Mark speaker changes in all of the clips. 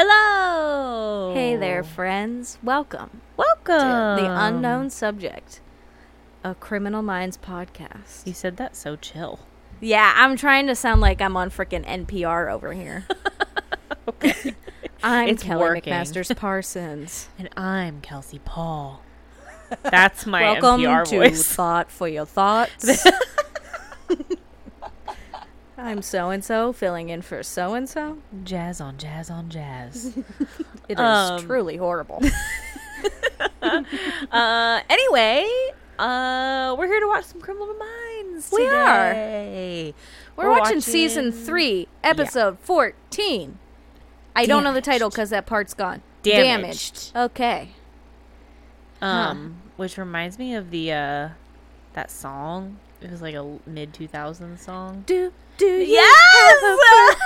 Speaker 1: Hello.
Speaker 2: Hey there, friends. Welcome to
Speaker 1: Welcome.
Speaker 2: The Unknown Subject, a Criminal Minds podcast.
Speaker 1: You said that so chill.
Speaker 2: Yeah, I'm trying to sound like I'm on freaking NPR over here. I'm
Speaker 1: It's
Speaker 2: Kelly
Speaker 1: working.
Speaker 2: McMasters Parsons.
Speaker 1: And I'm Kelsey Paul. That's my
Speaker 2: Welcome
Speaker 1: NPR
Speaker 2: to
Speaker 1: voice.
Speaker 2: Thought for Your Thoughts. I'm so and so filling in for so and so.
Speaker 1: Jazz on jazz on jazz.
Speaker 2: It is
Speaker 1: Um,
Speaker 2: truly horrible.
Speaker 1: uh, anyway, uh, we're here to watch some Criminal Minds.
Speaker 2: We are.
Speaker 1: today.
Speaker 2: We're, watching, season three, episode 14. I don't know the title because that part's gone.
Speaker 1: Damaged.
Speaker 2: Okay. Uh-huh.
Speaker 1: Um, which reminds me of the uh, that song. It was like a mid 2000s song.
Speaker 2: Do, do you
Speaker 1: Yes!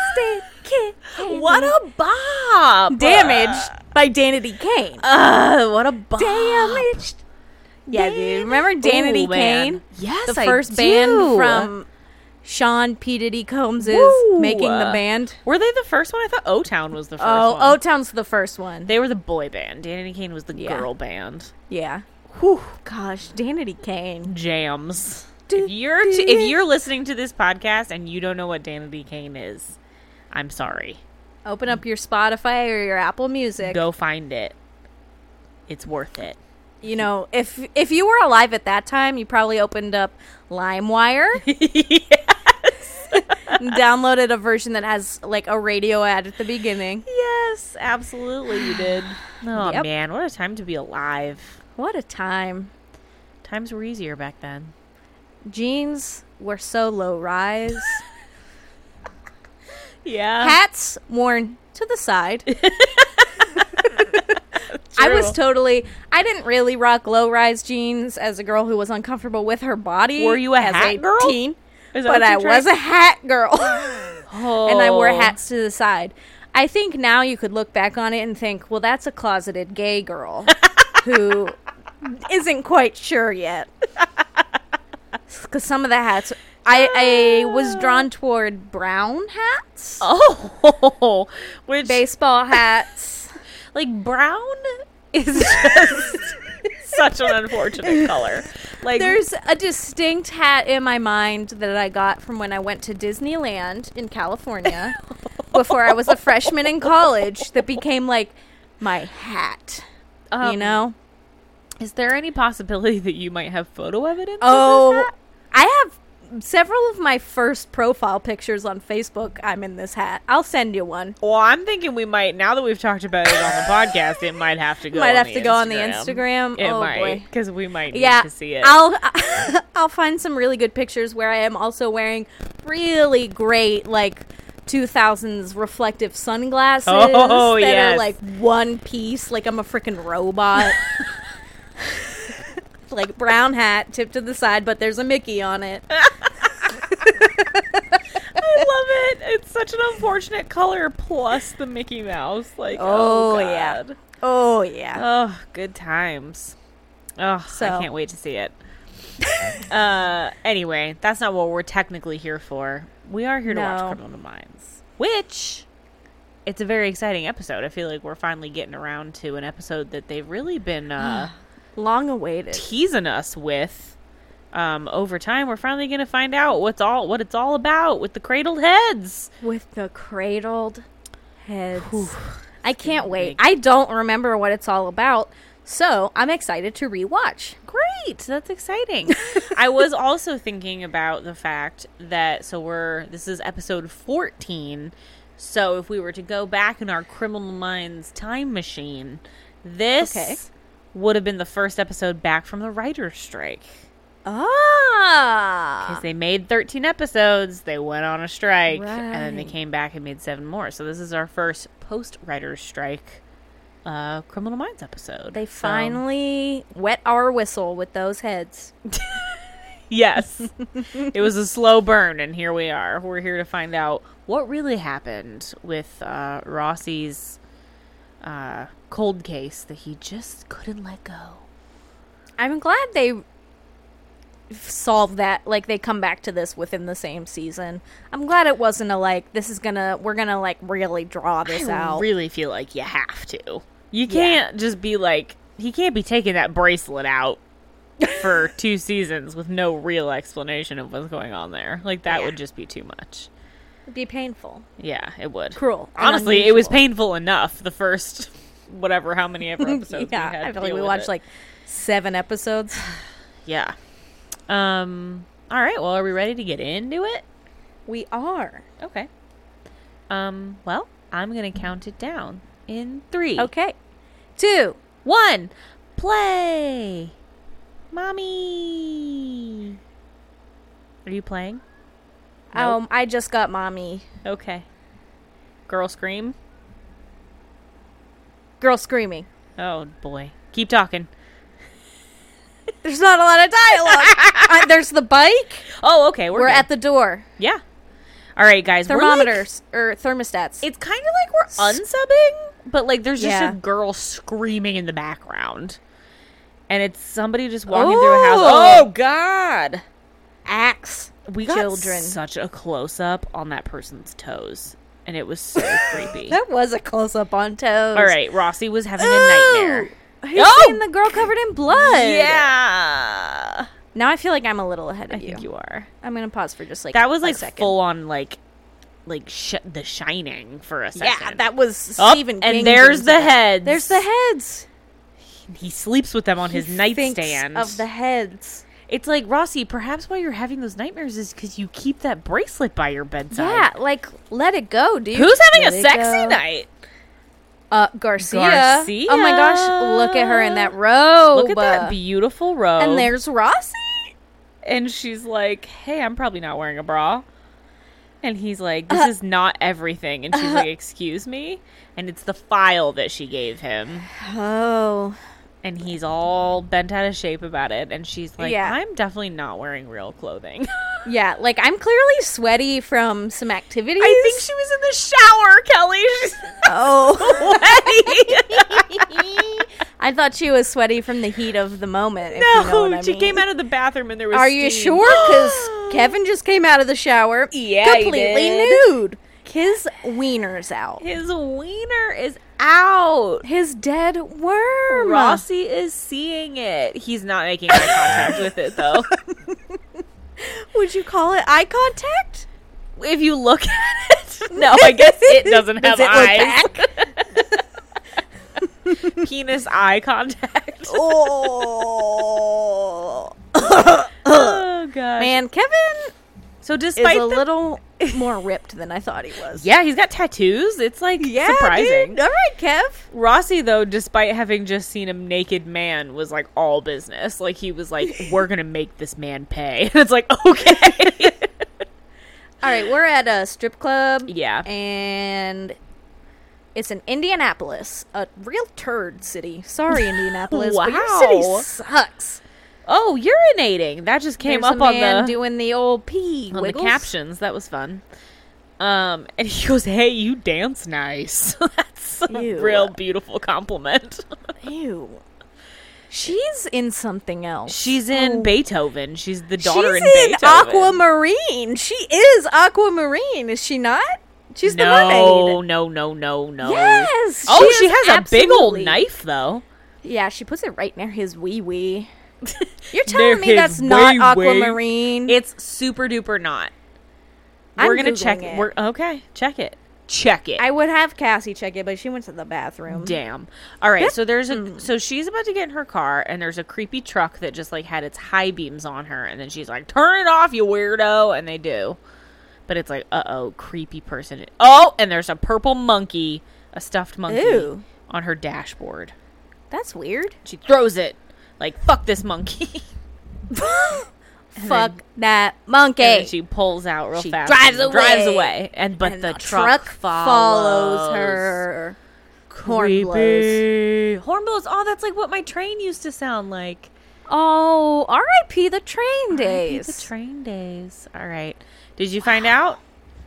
Speaker 2: kid?
Speaker 1: what a bob!
Speaker 2: Damaged by Danity Kane.
Speaker 1: Uh, what a bob!
Speaker 2: Damaged. Yeah, dude. Remember Danity
Speaker 1: Ooh, man.
Speaker 2: Kane?
Speaker 1: Yes,
Speaker 2: The
Speaker 1: I
Speaker 2: first
Speaker 1: do.
Speaker 2: band from Sean P. Diddy Combs'
Speaker 1: Woo.
Speaker 2: making the band.
Speaker 1: Were they the first one? I thought O Town was the first
Speaker 2: Oh,
Speaker 1: one.
Speaker 2: O Town's the first one.
Speaker 1: They were the boy band. Danny Kane was the
Speaker 2: Yeah.
Speaker 1: girl band.
Speaker 2: yeah. Whew. Gosh, Danity Kane.
Speaker 1: Jams.
Speaker 2: Do-
Speaker 1: If you're
Speaker 2: do-
Speaker 1: t- if you're listening to this podcast and you don't know what Danny Kane is, I'm sorry.
Speaker 2: Open up your Spotify or your Apple Music.
Speaker 1: Go find it. It's worth it.
Speaker 2: You know, if if you were alive at that time, you probably opened up LimeWire and downloaded a version that has like a radio ad at the beginning.
Speaker 1: Yes, absolutely you did. Oh
Speaker 2: Yep.
Speaker 1: man, what a time to be alive.
Speaker 2: What a time.
Speaker 1: Times were easier back then.
Speaker 2: Jeans were so low rise.
Speaker 1: Yeah.
Speaker 2: Hats worn to the side. I was
Speaker 1: True.
Speaker 2: totally I didn't really rock low rise jeans as a girl who was uncomfortable with her body.
Speaker 1: Were you a
Speaker 2: as
Speaker 1: hat girl?
Speaker 2: teen,
Speaker 1: Is that
Speaker 2: but
Speaker 1: what
Speaker 2: I
Speaker 1: you're
Speaker 2: was a
Speaker 1: trying-
Speaker 2: hat girl.
Speaker 1: Oh.
Speaker 2: and I wore hats to the side. I think now you could look back on it and think, well, that's a closeted gay girl who isn't quite sure yet. Because some of the hats, I, I was drawn toward brown hats,
Speaker 1: Oh, which
Speaker 2: baseball hats.
Speaker 1: like brown
Speaker 2: Is
Speaker 1: such an unfortunate color. Like
Speaker 2: there's a distinct hat in my mind that I got from when I went to Disneyland in California before I was a freshman in college that became like my hat. you
Speaker 1: Um,
Speaker 2: know?
Speaker 1: Is there any possibility that you might have photo evidence? of this
Speaker 2: Oh,
Speaker 1: hat?
Speaker 2: I have several of my first profile pictures on Facebook. I'm in this hat. I'll send you one.
Speaker 1: well, I'm thinking we might. Now that we've talked about it on the podcast, it might have to go.
Speaker 2: Might
Speaker 1: on
Speaker 2: have
Speaker 1: the
Speaker 2: to go on the Instagram.
Speaker 1: It
Speaker 2: Oh,
Speaker 1: might
Speaker 2: boy.
Speaker 1: because we might need
Speaker 2: Yeah,
Speaker 1: to see it.
Speaker 2: I'll I'll find some really good pictures where I am also wearing really great like 2000s reflective sunglasses
Speaker 1: Oh,
Speaker 2: that
Speaker 1: yes.
Speaker 2: are like one piece, like I'm a freaking robot. like brown hat, tip to the side, but there's a Mickey on it.
Speaker 1: I love it. It's such an unfortunate color plus the Mickey Mouse. Like oh,
Speaker 2: Oh, yeah.
Speaker 1: God.
Speaker 2: Oh yeah.
Speaker 1: Oh, good times. Oh, I
Speaker 2: So-
Speaker 1: can't wait to see it. uh, anyway, that's not what we're technically here for. We are here to
Speaker 2: No.
Speaker 1: watch Criminal Minds, which it's a very exciting episode. I feel like we're finally getting around to an episode that they've really been uh,
Speaker 2: Long awaited.
Speaker 1: teasing us with. Um, over time, we're finally going to find out what's all what it's all about with the cradled heads.
Speaker 2: with the cradled heads.
Speaker 1: Whew.
Speaker 2: I can't wait.
Speaker 1: big.
Speaker 2: I don't remember what it's all about, so I'm excited to rewatch.
Speaker 1: Great. That's exciting. I was also thinking about the fact that so we're this is episode 14. So if we were to go back in our criminal minds time machine, this
Speaker 2: Okay.
Speaker 1: would have been the first episode back from the writer's strike.
Speaker 2: Ah.
Speaker 1: 'Cause they made 13 episodes, they went on a strike, and then they
Speaker 2: Right.
Speaker 1: came back and made seven more. So this is our first post writers strike uh Criminal Minds episode.
Speaker 2: They
Speaker 1: So-
Speaker 2: finally wet our whistle with those heads.
Speaker 1: Yes. it was a slow burn and here we are. We're here to find out what really happened with uh Rossi's uh cold case that he just couldn't let go.
Speaker 2: I'm glad they solved that. Like they come back to this within the same season. I'm glad it wasn't a like. This is gonna. We're gonna like really draw this
Speaker 1: I
Speaker 2: out.
Speaker 1: really feel like you have to. You can't just be like he can't be taking that bracelet out for two seasons with no real explanation of what's going on there. Like that
Speaker 2: Yeah.
Speaker 1: would just be too much.
Speaker 2: It'd be painful,
Speaker 1: Yeah, it would.
Speaker 2: cruel. and
Speaker 1: Honestly, it was
Speaker 2: unusual.
Speaker 1: painful enough the first whatever how many ever episodes
Speaker 2: yeah,
Speaker 1: we had.
Speaker 2: I
Speaker 1: to
Speaker 2: feel like
Speaker 1: deal
Speaker 2: we
Speaker 1: with
Speaker 2: watched
Speaker 1: it.
Speaker 2: like seven episodes.
Speaker 1: Yeah. Um all right, well are we ready to get into it?
Speaker 2: we are
Speaker 1: Okay. Um well, I'm going to count it down in 3.
Speaker 2: okay. Two.
Speaker 1: One, play. Mommy. Are you playing? Nope.
Speaker 2: Um, I just got mommy.
Speaker 1: Okay. Girl scream.
Speaker 2: Girl screaming.
Speaker 1: Oh boy. Keep talking.
Speaker 2: There's not a lot of dialogue. uh, there's the bike.
Speaker 1: Oh, okay. We're,
Speaker 2: We're
Speaker 1: good.
Speaker 2: at the door.
Speaker 1: Yeah. All right, guys. we're, like-
Speaker 2: Thermometers or thermostats.
Speaker 1: it's kind of like we're unsubbing, but like there's just
Speaker 2: Yeah.
Speaker 1: a girl screaming in the background. And it's somebody just walking through a house.
Speaker 2: Oh.
Speaker 1: Oh god.
Speaker 2: axe.
Speaker 1: We got
Speaker 2: Children.
Speaker 1: such a close up on that person's toes, and it was so creepy.
Speaker 2: That was a close up on toes.
Speaker 1: All right, Rossi was having a
Speaker 2: Ooh.
Speaker 1: nightmare.
Speaker 2: Are you
Speaker 1: Oh!
Speaker 2: seeing the girl covered in blood?
Speaker 1: Yeah,
Speaker 2: Now I feel like I'm a little ahead
Speaker 1: I
Speaker 2: of you.
Speaker 1: think you are.
Speaker 2: I'm gonna pause for just like
Speaker 1: That was
Speaker 2: a
Speaker 1: like
Speaker 2: second.
Speaker 1: full on like, like sh- The Shining for a second.
Speaker 2: Yeah, that was
Speaker 1: Up,
Speaker 2: Stephen.
Speaker 1: and
Speaker 2: King dreams
Speaker 1: there's the
Speaker 2: of it.
Speaker 1: heads.
Speaker 2: There's the heads
Speaker 1: he sleeps with them on his
Speaker 2: He thinks
Speaker 1: nightstand.
Speaker 2: of the heads.
Speaker 1: it's like Rossi. Perhaps why you're having those nightmares is because you keep that bracelet by your bedside.
Speaker 2: Yeah, like let it go, dude.
Speaker 1: Who's having
Speaker 2: Let
Speaker 1: a
Speaker 2: it
Speaker 1: sexy
Speaker 2: go.
Speaker 1: night?
Speaker 2: Uh, Garcia.
Speaker 1: Garcia.
Speaker 2: Oh my gosh, look at her in that robe.
Speaker 1: Look at that beautiful robe.
Speaker 2: Oh, uh, and there's Rossi.
Speaker 1: and she's like, "Hey, I'm probably not wearing a bra." And he's like,
Speaker 2: Uh,
Speaker 1: "This is not everything." And she's
Speaker 2: uh-huh.
Speaker 1: like, "Excuse me." And it's the file that she gave him,
Speaker 2: Oh,
Speaker 1: and he's all bent out of shape about it. And she's like,
Speaker 2: Yeah.
Speaker 1: "I'm definitely not wearing real clothing."
Speaker 2: yeah. Like I'm clearly sweaty from some activities.
Speaker 1: I think she was in the shower, Kelly. She's
Speaker 2: Oh.
Speaker 1: sweaty.
Speaker 2: I thought she was sweaty from the heat of the moment. if you know
Speaker 1: no,
Speaker 2: what I
Speaker 1: she
Speaker 2: mean.
Speaker 1: came out of the bathroom, and there was.
Speaker 2: Are you
Speaker 1: steam.
Speaker 2: sure? Because Kevin just came out of the shower,
Speaker 1: Yeah, he
Speaker 2: completely
Speaker 1: did.
Speaker 2: nude. His wiener's out.
Speaker 1: his wiener is out.
Speaker 2: His dead worm.
Speaker 1: Rossi is seeing it. He's not making eye contact with it though.
Speaker 2: Would you call it eye contact?
Speaker 1: if you look at it, no, I guess it doesn't have
Speaker 2: Does it look
Speaker 1: eyes. Penis eye contact.
Speaker 2: Oh.
Speaker 1: Oh god,
Speaker 2: Man, Kevin
Speaker 1: So
Speaker 2: is
Speaker 1: despite
Speaker 2: a
Speaker 1: the-
Speaker 2: little more ripped than I thought he was.
Speaker 1: yeah, he's got tattoos. It's like
Speaker 2: dude.
Speaker 1: surprising.
Speaker 2: All right, Kev.
Speaker 1: Rossi though, despite having just seen him naked man, was like all business. Like he was like, "We're gonna make this man pay." it's like okay,
Speaker 2: All right, we're at a strip club.
Speaker 1: yeah.
Speaker 2: and it's in Indianapolis, a real turd city. Sorry, Indianapolis, but your
Speaker 1: Wow.
Speaker 2: city sucks.
Speaker 1: Oh, urinating. That just came
Speaker 2: There's
Speaker 1: up
Speaker 2: a
Speaker 1: on
Speaker 2: man
Speaker 1: the
Speaker 2: doing the old pee
Speaker 1: on
Speaker 2: wiggles.
Speaker 1: the captions. That was fun. Um, and he goes, "Hey, you dance nice." That's a
Speaker 2: Ew.
Speaker 1: real beautiful compliment.
Speaker 2: Ew. She's in something else.
Speaker 1: She's in Beethoven. She's the daughter
Speaker 2: Oh. She's
Speaker 1: in,
Speaker 2: in,
Speaker 1: Beethoven.
Speaker 2: Aquamarine. She is Aquamarine, is she not? She's the
Speaker 1: no,
Speaker 2: mermaid.
Speaker 1: no, no, no, no.
Speaker 2: Yes.
Speaker 1: Oh, she,
Speaker 2: is
Speaker 1: has a big old
Speaker 2: absolutely-
Speaker 1: knife, though.
Speaker 2: Yeah, she puts it right near his wee wee. You're
Speaker 1: Near
Speaker 2: telling me
Speaker 1: his
Speaker 2: that's not
Speaker 1: wee-wee.
Speaker 2: Aquamarine?
Speaker 1: It's super duper not.
Speaker 2: I'm
Speaker 1: we're gonna
Speaker 2: Googling
Speaker 1: check
Speaker 2: it.
Speaker 1: We're okay. Check it. Check it.
Speaker 2: I would have Cassie check it, but she went to the bathroom.
Speaker 1: Damn. All right. So there's a so she's about to get in her car, and there's a creepy truck that just like had its high beams on her, and then she's like, "Turn it off, you weirdo!" And they do, but it's like, "Uh oh, creepy person." Oh, and there's a purple monkey, a stuffed monkey,
Speaker 2: Ew.
Speaker 1: on her dashboard.
Speaker 2: That's weird.
Speaker 1: She throws it like, "Fuck this monkey!"
Speaker 2: Fuck that
Speaker 1: And
Speaker 2: monkey.
Speaker 1: then she pulls out real
Speaker 2: She
Speaker 1: fast.
Speaker 2: drives
Speaker 1: and Drives
Speaker 2: away.
Speaker 1: away. And but
Speaker 2: And
Speaker 1: the, truck, follows,
Speaker 2: follows her. Horn blows.
Speaker 1: Creepy. Horn blows. Oh, that's like what my train used to sound like.
Speaker 2: Oh, R.I.P. the train days.
Speaker 1: The train days. All right. Did you find out?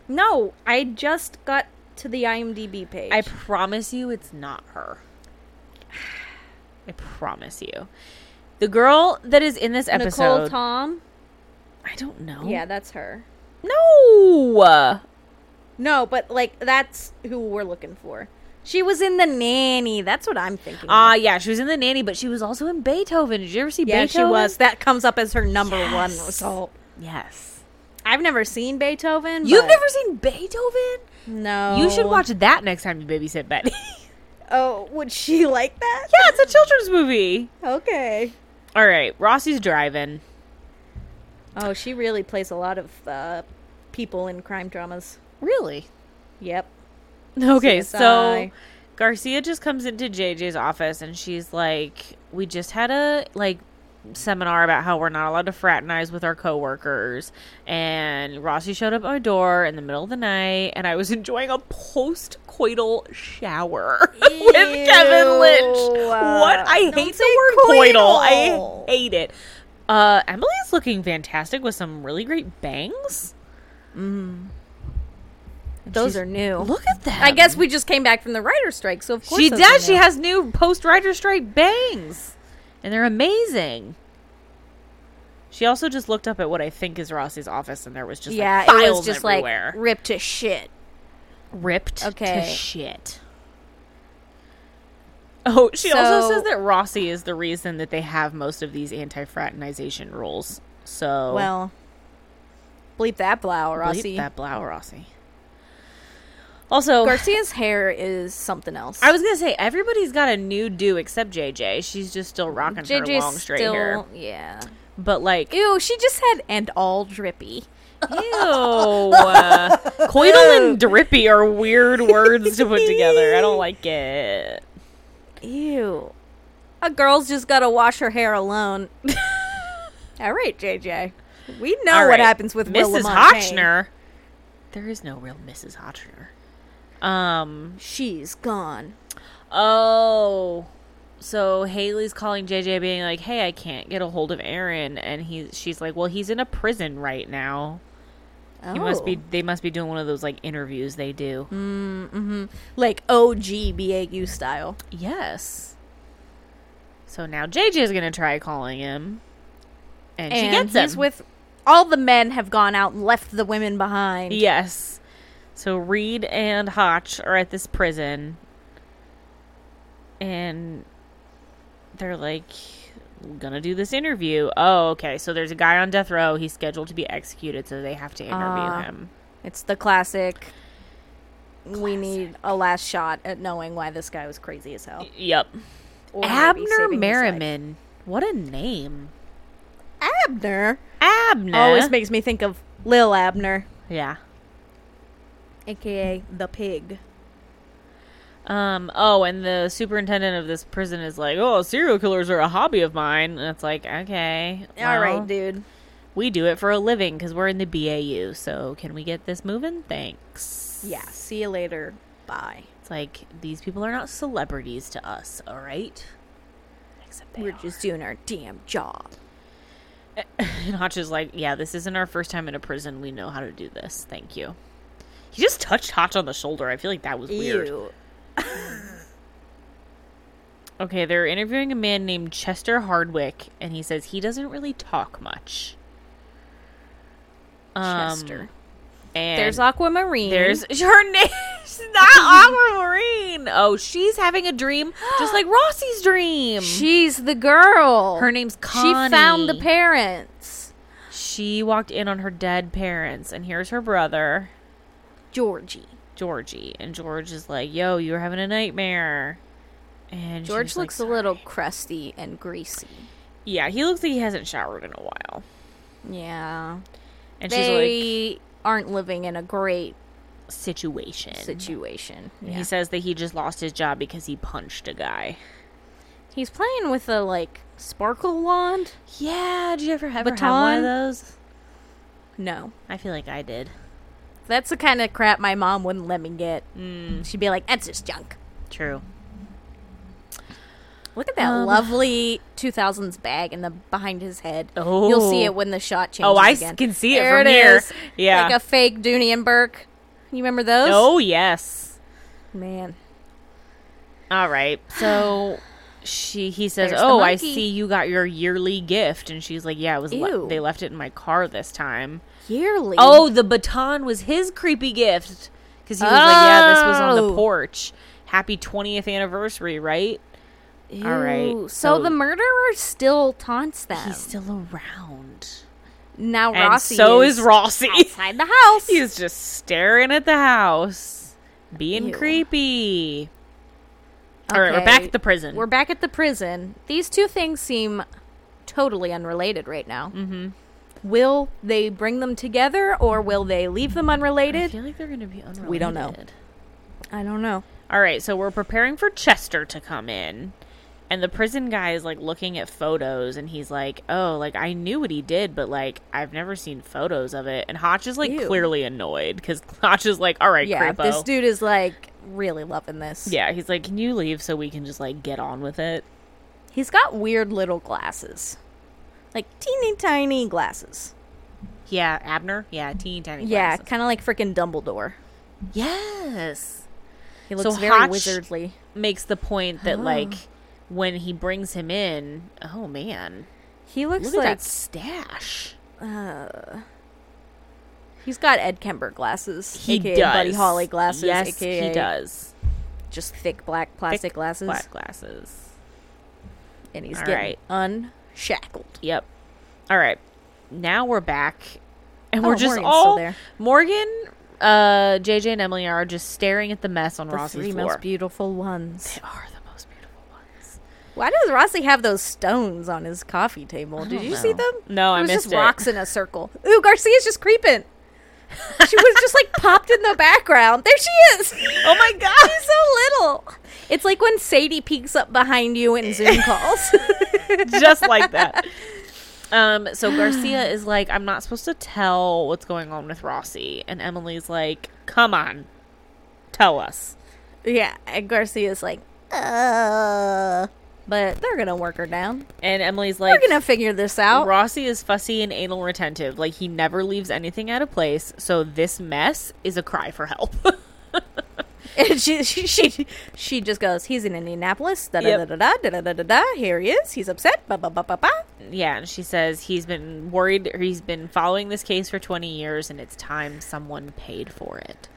Speaker 2: no, I just got to the IMDb page.
Speaker 1: I promise you it's not her. I promise you. The girl that is in this episode. Oh.
Speaker 2: Nicole Tom.
Speaker 1: I don't know.
Speaker 2: Yeah, that's her.
Speaker 1: No.
Speaker 2: No, but like that's who we're looking for. She was in the nanny. That's what I'm thinking.
Speaker 1: Ah, yeah, she was in the nanny, but she was also in Beethoven. Did you ever see
Speaker 2: yeah,
Speaker 1: Beethoven?
Speaker 2: she was. That comes up as her number one
Speaker 1: Yes.
Speaker 2: result.
Speaker 1: Yes.
Speaker 2: I've never seen Beethoven.
Speaker 1: You've
Speaker 2: but-
Speaker 1: never seen Beethoven?
Speaker 2: No.
Speaker 1: You should watch that next time you babysit Betty.
Speaker 2: Oh, would she like that?
Speaker 1: yeah, it's a children's movie.
Speaker 2: Okay.
Speaker 1: All right, Rossi's driving.
Speaker 2: Oh, she really plays a lot of uh, people in crime dramas.
Speaker 1: Really?
Speaker 2: Yep.
Speaker 1: Okay, so
Speaker 2: CSI.
Speaker 1: Garcia just comes into JJ's office and she's like, "We just had a like seminar about how we're not allowed to fraternize with our coworkers." And Rossi showed up at my door in the middle of the night, and I was enjoying a post-coital shower with Kevin Lynch.
Speaker 2: Ew.
Speaker 1: What? I
Speaker 2: Don't
Speaker 1: hate
Speaker 2: say
Speaker 1: the word coital. I
Speaker 2: coital.
Speaker 1: hate it. Uh, Emily is looking fantastic with some really great bangs. Mm.
Speaker 2: Those are new.
Speaker 1: Look at that.
Speaker 2: I guess we just came back from the writer strike, so of course
Speaker 1: She
Speaker 2: those
Speaker 1: does.
Speaker 2: are
Speaker 1: She
Speaker 2: new.
Speaker 1: has new post rider straight bangs, and they're amazing. She also just looked up at what I think is Rossi's office, and there was just
Speaker 2: yeah,
Speaker 1: like files
Speaker 2: it was just
Speaker 1: everywhere,
Speaker 2: like ripped to shit.
Speaker 1: ripped okay.
Speaker 2: Okay.
Speaker 1: to shit. Oh, she also
Speaker 2: So-
Speaker 1: says that Rossi is the reason that they have most of these anti fraternization rules. So
Speaker 2: Well, bleep that blower,
Speaker 1: Oh. bleep
Speaker 2: Rossi.
Speaker 1: that blow, Rossi. Also,
Speaker 2: Garcia's hair is something else.
Speaker 1: I was gonna say everybody's got a new do except JJ. She's just still rocking her
Speaker 2: JJ's
Speaker 1: long straight
Speaker 2: still,
Speaker 1: hair.
Speaker 2: yeah.
Speaker 1: But like, ew,
Speaker 2: Ew, she just had and all drippy.
Speaker 1: uh, coital and drippy are weird words to put together. I don't like it.
Speaker 2: Ew, a girl's just gotta wash her hair alone. all right, JJ, we know
Speaker 1: All
Speaker 2: what
Speaker 1: right,
Speaker 2: happens with Willa
Speaker 1: Mrs.
Speaker 2: Montaigne.
Speaker 1: Hotchner. There is no real Mrs. Hotchner. Um.
Speaker 2: She's gone.
Speaker 1: Oh. So Haley's calling JJ, being like, "Hey, I can't get a hold of Aaron," and he, she's like, "Well, he's in a prison right now. He must be.
Speaker 2: Oh.
Speaker 1: They must be doing one of those like interviews they do."
Speaker 2: like OG BAU style.
Speaker 1: Yes. So now JJ is going to try calling him. And, she
Speaker 2: and
Speaker 1: gets him.
Speaker 2: he's with all the men have gone out and left the women behind.
Speaker 1: Yes. So Reed and Hotch are at this prison. And they're like, going to do this interview. Oh, okay. So there's a guy on death row. He's scheduled to be executed, so they have to interview
Speaker 2: Ah.
Speaker 1: him.
Speaker 2: It's the classic. We need a last shot at knowing why this guy was crazy as hell.
Speaker 1: Yep.
Speaker 2: Or maybe
Speaker 1: Abner
Speaker 2: saving his
Speaker 1: Merriman. What a name.
Speaker 2: life. Abner Oh,
Speaker 1: Abner.
Speaker 2: always makes me think of Lil Abner,
Speaker 1: yeah.
Speaker 2: aka the pig.
Speaker 1: Um, oh, and the superintendent of this prison is like, oh, serial killers are a hobby of mine. And it's like, okay.
Speaker 2: All
Speaker 1: well,
Speaker 2: right, dude.
Speaker 1: We do it for a living because we're in the BAU. So can we get this moving? Thanks.
Speaker 2: Yeah. See you later. Bye.
Speaker 1: It's like, these people are not celebrities to us, all right? Except they
Speaker 2: We're
Speaker 1: are.
Speaker 2: just doing our damn job.
Speaker 1: And Hotch is like, yeah, this isn't our first time in a prison. We know how to do this. Thank you. He just touched Hotch on the shoulder. I feel like that was weird.
Speaker 2: Ew.
Speaker 1: Okay, they're interviewing a man named Chester Hardwick, and he says he doesn't really talk much. Um,
Speaker 2: Chester.
Speaker 1: And
Speaker 2: There's Aquamarine.
Speaker 1: there's her name. She's not Aquamarine. Oh, she's having a dream, just like Rossi's dream.
Speaker 2: She's the girl.
Speaker 1: um, her name's
Speaker 2: She
Speaker 1: Connie.
Speaker 2: found the parents.
Speaker 1: She walked in on her dead parents, and here's her brother.
Speaker 2: Georgie.
Speaker 1: Georgie, and George is like, "Yo, you were having a nightmare." And
Speaker 2: George
Speaker 1: she's like,
Speaker 2: looks a little crusty and greasy.
Speaker 1: Yeah, he looks like he hasn't showered in a while.
Speaker 2: Yeah.
Speaker 1: And she's
Speaker 2: they aren't living in a great
Speaker 1: like, "Situation."
Speaker 2: situation.
Speaker 1: And
Speaker 2: Yeah.
Speaker 1: He says that he just lost his job because he punched a guy.
Speaker 2: He's playing with a like sparkle wand?
Speaker 1: Yeah, did you ever have, ever have one
Speaker 2: Baton?
Speaker 1: of those?
Speaker 2: No.
Speaker 1: I feel like I did.
Speaker 2: That's the kind of crap my mom wouldn't let me get. She'd be like, that's just junk.
Speaker 1: Mm, True.
Speaker 2: Look at that
Speaker 1: Um,
Speaker 2: lovely 2000s bag in the behind his head.
Speaker 1: Oh.
Speaker 2: You'll see it when the shot changes.
Speaker 1: I s-
Speaker 2: again.
Speaker 1: can see it
Speaker 2: There
Speaker 1: from here.
Speaker 2: is.
Speaker 1: Yeah.
Speaker 2: Like a fake Dooney and Burke. You remember those?
Speaker 1: Oh yes.
Speaker 2: Man.
Speaker 1: All right. So she he says,
Speaker 2: There's the
Speaker 1: "Oh, I
Speaker 2: monkey.
Speaker 1: see you got your yearly gift," and she's like, "Yeah, it was le-
Speaker 2: Ew.
Speaker 1: they left it in my car this time."
Speaker 2: Yearly.
Speaker 1: Oh, the baton was his creepy gift because he was like, "Yeah, this was on the
Speaker 2: Oh.
Speaker 1: porch. Happy twentieth anniversary, right?" all right.
Speaker 2: Ew. So,
Speaker 1: So-
Speaker 2: the murderer still taunts them.
Speaker 1: He's still around,
Speaker 2: now
Speaker 1: and
Speaker 2: Rossi
Speaker 1: so
Speaker 2: is,
Speaker 1: is Rossi.
Speaker 2: inside the house.
Speaker 1: He's just staring at the house, being
Speaker 2: Ew.
Speaker 1: creepy. All right, we're back
Speaker 2: Okay.
Speaker 1: at the prison.
Speaker 2: We're back at the prison. These two things seem totally unrelated right now. Mm-hmm. Will they bring them together or will they leave them
Speaker 1: I
Speaker 2: unrelated?
Speaker 1: feel like they're going to be unrelated.
Speaker 2: We don't know. I don't know.
Speaker 1: All right, so we're preparing for Chester to come in. And the prison guy is like looking at photos and he's like, "Oh, like I knew what he did, but like I've never seen photos of it." And Hotch is like
Speaker 2: Ew.
Speaker 1: clearly annoyed cuz Hotch is like, "All right,
Speaker 2: Yeah,
Speaker 1: creepo."
Speaker 2: this dude is like really loving this.
Speaker 1: yeah, he's like, "Can you leave so we can just like get on with it?"
Speaker 2: He's got weird little glasses. Like teeny tiny glasses.
Speaker 1: Yeah, Abner. Yeah, teeny tiny.
Speaker 2: Yeah,
Speaker 1: glasses.
Speaker 2: kind of like freaking Dumbledore.
Speaker 1: Yes.
Speaker 2: He
Speaker 1: So
Speaker 2: looks very
Speaker 1: Hotch-
Speaker 2: wizardly.
Speaker 1: Makes the point that
Speaker 2: Oh.
Speaker 1: like when he brings him in, oh man,
Speaker 2: He looks
Speaker 1: look at
Speaker 2: like
Speaker 1: that stash.
Speaker 2: uh, he's got Ed Kemper glasses,
Speaker 1: He
Speaker 2: aka
Speaker 1: does.
Speaker 2: Buddy Holly glasses,
Speaker 1: Yes,
Speaker 2: aka
Speaker 1: he does.
Speaker 2: just thick black plastic
Speaker 1: Thick
Speaker 2: glasses,
Speaker 1: Black glasses.
Speaker 2: and he's
Speaker 1: All
Speaker 2: getting unshackled.
Speaker 1: Yep. All right. Now we're back, and
Speaker 2: Oh,
Speaker 1: we're just
Speaker 2: Morgan's still
Speaker 1: all
Speaker 2: there.
Speaker 1: Morgan, uh, JJ, and Emily are just staring at the mess on
Speaker 2: The
Speaker 1: Rossi's
Speaker 2: three
Speaker 1: floor.
Speaker 2: most beautiful ones.
Speaker 1: they are the most beautiful ones.
Speaker 2: Why does Rossi have those stones on his coffee table? Did
Speaker 1: don't
Speaker 2: you see
Speaker 1: know.
Speaker 2: them?
Speaker 1: No,
Speaker 2: it
Speaker 1: I
Speaker 2: was
Speaker 1: missed
Speaker 2: just
Speaker 1: it.
Speaker 2: rocks in a circle. Ooh, Garcia's just creeping. She was just like popped in the background. There she is.
Speaker 1: Oh my God.
Speaker 2: she's so little. It's like when Sadie peeks up behind you in Zoom calls.
Speaker 1: just like that. Um, so Garcia is like, I'm not supposed to tell what's going on with Rossi, and Emily's like, Come on, tell us.
Speaker 2: yeah, and Garcia's like, uh, but they're gonna work her down.
Speaker 1: And Emily's
Speaker 2: We're
Speaker 1: like,
Speaker 2: gonna figure this out.
Speaker 1: Rossi is fussy and anal retentive. Like he never leaves anything out of place. So this mess is a cry for help.
Speaker 2: And she, she she she just goes, he's in Indianapolis. Da da da
Speaker 1: Yep.
Speaker 2: da da da da da da. Here he is. He's upset. Ba ba ba ba ba.
Speaker 1: yeah, and she says he's been worried. Or he's been following this case for twenty years, and it's time someone paid for it.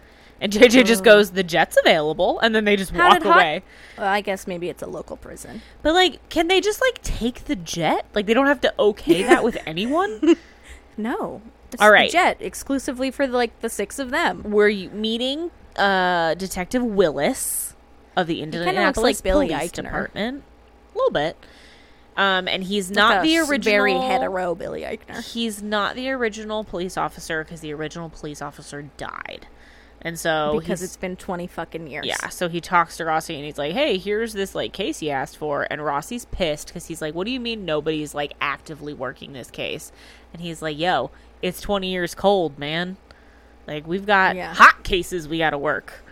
Speaker 1: And JJ just goes, "The jet's available," and then they just
Speaker 2: How
Speaker 1: walk
Speaker 2: did Hot-
Speaker 1: away.
Speaker 2: Well, I guess maybe it's a local prison.
Speaker 1: But like, can they just like take the jet? Like they don't have to okay that with anyone.
Speaker 2: No. It's
Speaker 1: All
Speaker 2: the
Speaker 1: right.
Speaker 2: Jet exclusively for like the six of them.
Speaker 1: We're meeting uh, Detective Willis of the
Speaker 2: looks
Speaker 1: Indianapolis
Speaker 2: like Billy
Speaker 1: Police
Speaker 2: Eichner.
Speaker 1: Department. A little bit. Um, and he's not the
Speaker 2: With a
Speaker 1: original.
Speaker 2: Very hetero Billy Eichner.
Speaker 1: He's not the original police officer because the original police officer died, and so
Speaker 2: because
Speaker 1: Oh, he's-
Speaker 2: it's been 20 fucking years.
Speaker 1: yeah, so he talks to Rossi and he's like, "Hey, here's this like case you asked for," and Rossi's pissed because he's like, "What do you mean nobody's like actively working this case?" And he's like, "Yo, it's twenty years cold, man. Like we've got
Speaker 2: Yeah.
Speaker 1: hot cases we got to work."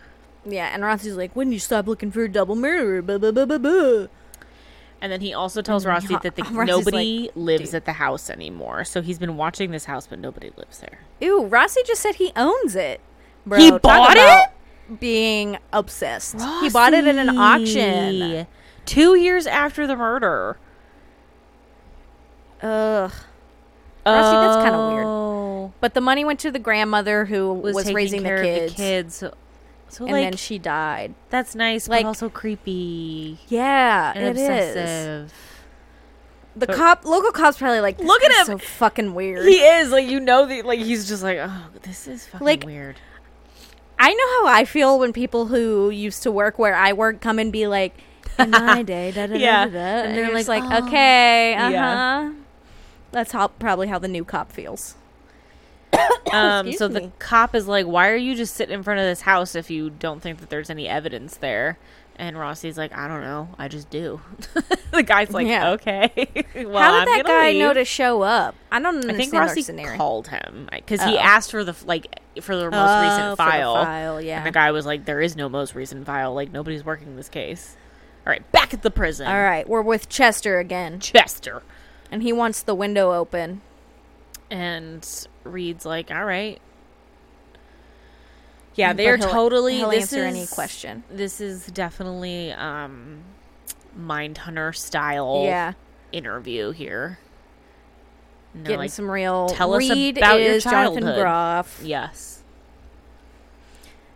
Speaker 2: Yeah, and Rossi's like, when you stop looking for a double murderer, blah, blah, blah, blah, blah.
Speaker 1: And then he also tells
Speaker 2: then
Speaker 1: Rossi
Speaker 2: Ho-
Speaker 1: that the,
Speaker 2: Rossi's
Speaker 1: nobody
Speaker 2: like,
Speaker 1: lives
Speaker 2: "Dude."
Speaker 1: at the house anymore, so he's been watching this house, but nobody lives there.
Speaker 2: Ew, Rossi just said he owns it. Bro,
Speaker 1: He
Speaker 2: talk
Speaker 1: bought
Speaker 2: about Being obsessed. He bought it at an auction.
Speaker 1: Rossi! two years after the murder.
Speaker 2: Ugh. Rossi, that's kind of weird.
Speaker 1: weird.
Speaker 2: But the money went to the grandmother who Oh. was,
Speaker 1: Was, taking
Speaker 2: raising
Speaker 1: care
Speaker 2: the kids.
Speaker 1: of the kids, so, so
Speaker 2: And
Speaker 1: like
Speaker 2: then she died.
Speaker 1: that's nice,
Speaker 2: like-
Speaker 1: but also creepy
Speaker 2: Yeah,
Speaker 1: and
Speaker 2: it is.
Speaker 1: obsessive.
Speaker 2: The
Speaker 1: But-
Speaker 2: cop, local cop's probably like, this
Speaker 1: Look at
Speaker 2: guy's
Speaker 1: him!
Speaker 2: So fucking weird.
Speaker 1: He is like you know that like he's just like oh this is fucking
Speaker 2: Like-
Speaker 1: weird.
Speaker 2: I know how I feel when people who used to work where I work come and be like, in my day, da da
Speaker 1: Yeah.
Speaker 2: da da, and,
Speaker 1: And
Speaker 2: they're
Speaker 1: you're
Speaker 2: like, "Oh."
Speaker 1: just like,
Speaker 2: okay, uh huh.
Speaker 1: Yeah.
Speaker 2: That's how probably how the new cop feels.
Speaker 1: Um, so
Speaker 2: Excuse
Speaker 1: the
Speaker 2: me.
Speaker 1: cop is like, "Why are you just sitting in front of this house if you don't think that there's any evidence there?" And Rossi's like, "I don't know, I just do." the guy's like,
Speaker 2: Yeah.
Speaker 1: "Okay." well,
Speaker 2: How did
Speaker 1: I'm
Speaker 2: that
Speaker 1: gonna
Speaker 2: guy know
Speaker 1: leave."
Speaker 2: to show up? I don't
Speaker 1: I
Speaker 2: understand
Speaker 1: think
Speaker 2: our
Speaker 1: Rossi
Speaker 2: scenario.
Speaker 1: called him because
Speaker 2: Oh.
Speaker 1: he asked for the f- like for the most
Speaker 2: Oh, for the
Speaker 1: recent file.
Speaker 2: file, yeah.
Speaker 1: And the guy was like, "There is no most recent file. Like nobody's working this case." All right, back at the prison.
Speaker 2: All right, we're with Chester again,
Speaker 1: Chester.
Speaker 2: and he wants the window open.
Speaker 1: and Reed's like, "All right." Yeah,
Speaker 2: But
Speaker 1: they are
Speaker 2: he'll-
Speaker 1: totally.
Speaker 2: he'll
Speaker 1: this
Speaker 2: answer
Speaker 1: is,
Speaker 2: any question.
Speaker 1: This is definitely um, mind hunter style.
Speaker 2: yeah,
Speaker 1: interview here. And they're
Speaker 2: getting
Speaker 1: like,
Speaker 2: some real.
Speaker 1: "Tell us
Speaker 2: Reed
Speaker 1: about your
Speaker 2: is Jonathan
Speaker 1: childhood."
Speaker 2: Groff.
Speaker 1: yes.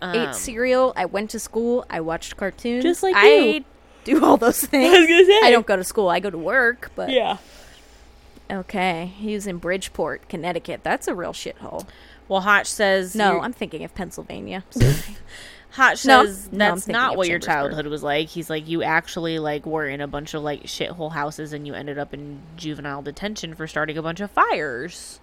Speaker 1: Um,
Speaker 2: Ate cereal. I went to school. I watched cartoons.
Speaker 1: Just like
Speaker 2: I
Speaker 1: you.
Speaker 2: do all those things.
Speaker 1: gonna say.
Speaker 2: I don't go to school. I go to work. But
Speaker 1: Yeah.
Speaker 2: okay, he was in Bridgeport, Connecticut. That's a real shithole.
Speaker 1: Well, Hotch says
Speaker 2: No,
Speaker 1: your-
Speaker 2: I'm thinking of Pennsylvania.
Speaker 1: Hotch
Speaker 2: No.
Speaker 1: says
Speaker 2: No, I'm
Speaker 1: that's
Speaker 2: thinking
Speaker 1: not
Speaker 2: of
Speaker 1: what your
Speaker 2: Chambersburg.
Speaker 1: childhood was like. He's like, you actually like were in a bunch of like shithole houses, and you ended up in juvenile detention for starting a bunch of fires.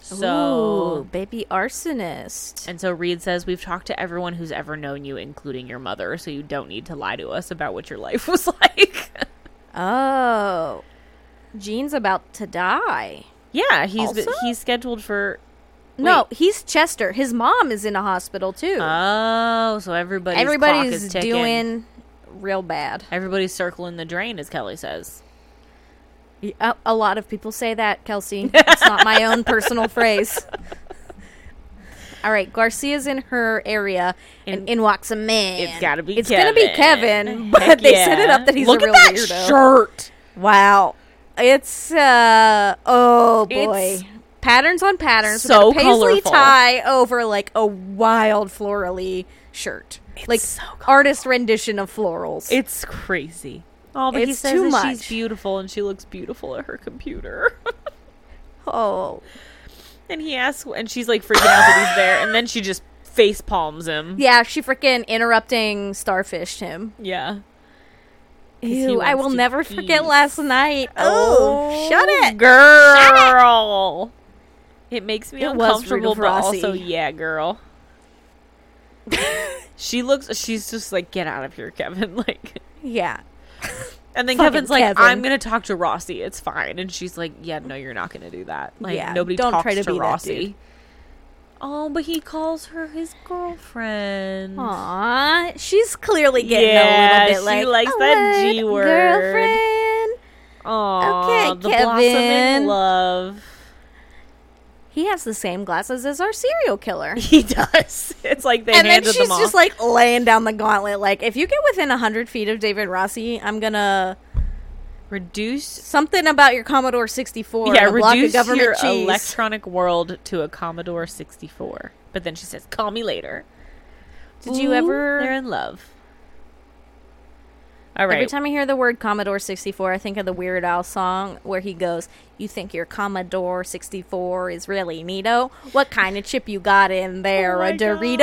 Speaker 1: So
Speaker 2: Ooh, baby arsonist.
Speaker 1: And so Reed says, We've talked to everyone who's ever known you, including your mother, so you don't need to lie to us about what your life was like.
Speaker 2: Oh, Gene's about to die.
Speaker 1: yeah, he's
Speaker 2: Also?
Speaker 1: he's scheduled for.
Speaker 2: No, he's Chester. His mom is in a hospital too.
Speaker 1: Oh, so everybody's,
Speaker 2: Everybody's
Speaker 1: clock is ticking.
Speaker 2: doing real bad.
Speaker 1: Everybody's circling the drain, as Kelly says.
Speaker 2: A, uh, a lot of people say that, Kelsey. It's not my own personal phrase. All right, Garcia's in her area, and
Speaker 1: And
Speaker 2: in walks a man.
Speaker 1: It's gotta be
Speaker 2: It's gonna be
Speaker 1: Kevin.
Speaker 2: Kevin, but
Speaker 1: Heck
Speaker 2: they set it
Speaker 1: yeah.
Speaker 2: up that he's
Speaker 1: Look
Speaker 2: a
Speaker 1: at
Speaker 2: real
Speaker 1: that
Speaker 2: weirdo.
Speaker 1: shirt.
Speaker 2: Wow. It's uh oh boy.
Speaker 1: It's
Speaker 2: patterns on patterns. with
Speaker 1: so
Speaker 2: a paisley
Speaker 1: colorful.
Speaker 2: tie over like a wild florally shirt. like
Speaker 1: so
Speaker 2: artist rendition of florals.
Speaker 1: It's crazy. Oh, but he
Speaker 2: It's
Speaker 1: says
Speaker 2: too
Speaker 1: that
Speaker 2: much.
Speaker 1: she's beautiful and she looks beautiful at her computer.
Speaker 2: oh.
Speaker 1: and he asks, and she's like freaking out that he's there, and then she just face palms him.
Speaker 2: Yeah, she freaking interrupting starfished him.
Speaker 1: yeah. he
Speaker 2: Ew, I
Speaker 1: wants
Speaker 2: will
Speaker 1: to
Speaker 2: never forget
Speaker 1: pee.
Speaker 2: last night. Oh, shut it.
Speaker 1: girl. It makes me
Speaker 2: It was
Speaker 1: uncomfortable,
Speaker 2: Rudolph
Speaker 1: but also
Speaker 2: Rossi.
Speaker 1: yeah, girl. she looks. She's just like, get out of here, Kevin. Like,
Speaker 2: Yeah.
Speaker 1: and then
Speaker 2: Fucking
Speaker 1: Kevin's like,
Speaker 2: Kevin.
Speaker 1: I'm gonna talk to Rossi. It's fine. And she's like, Yeah, no, you're not gonna do that. Like,
Speaker 2: Yeah,
Speaker 1: nobody
Speaker 2: don't
Speaker 1: talks
Speaker 2: try to
Speaker 1: to,
Speaker 2: be that dude.
Speaker 1: Rossi. Oh, but he calls her his girlfriend.
Speaker 2: Aw, she's clearly getting
Speaker 1: Yeah,
Speaker 2: a little
Speaker 1: she
Speaker 2: bit like
Speaker 1: likes
Speaker 2: "Oh,
Speaker 1: that
Speaker 2: what,
Speaker 1: G word."
Speaker 2: girlfriend.
Speaker 1: Aw,
Speaker 2: Okay,
Speaker 1: the blossom
Speaker 2: Kevin.
Speaker 1: in love.
Speaker 2: He has the same glasses as our serial killer.
Speaker 1: He does. It's like they
Speaker 2: and then
Speaker 1: handed
Speaker 2: she's
Speaker 1: them off.
Speaker 2: just like laying down the gauntlet, like if you get within hundred feet of David Rossi, I'm gonna
Speaker 1: reduce
Speaker 2: something about your Commodore 64.
Speaker 1: yeah,
Speaker 2: and a block of
Speaker 1: reduce
Speaker 2: government
Speaker 1: your
Speaker 2: cheese.
Speaker 1: electronic world to a Commodore 64. But then she says, "Call me later."
Speaker 2: Did you
Speaker 1: Ooh,
Speaker 2: ever-
Speaker 1: They're in love. All
Speaker 2: Every
Speaker 1: right.
Speaker 2: time I hear the word Commodore 64, I think of the Weird Al song where he goes, "You think your Commodore 64 is really neato? What kind of chip you got in there?
Speaker 1: Oh
Speaker 2: a
Speaker 1: my God.
Speaker 2: Dorito?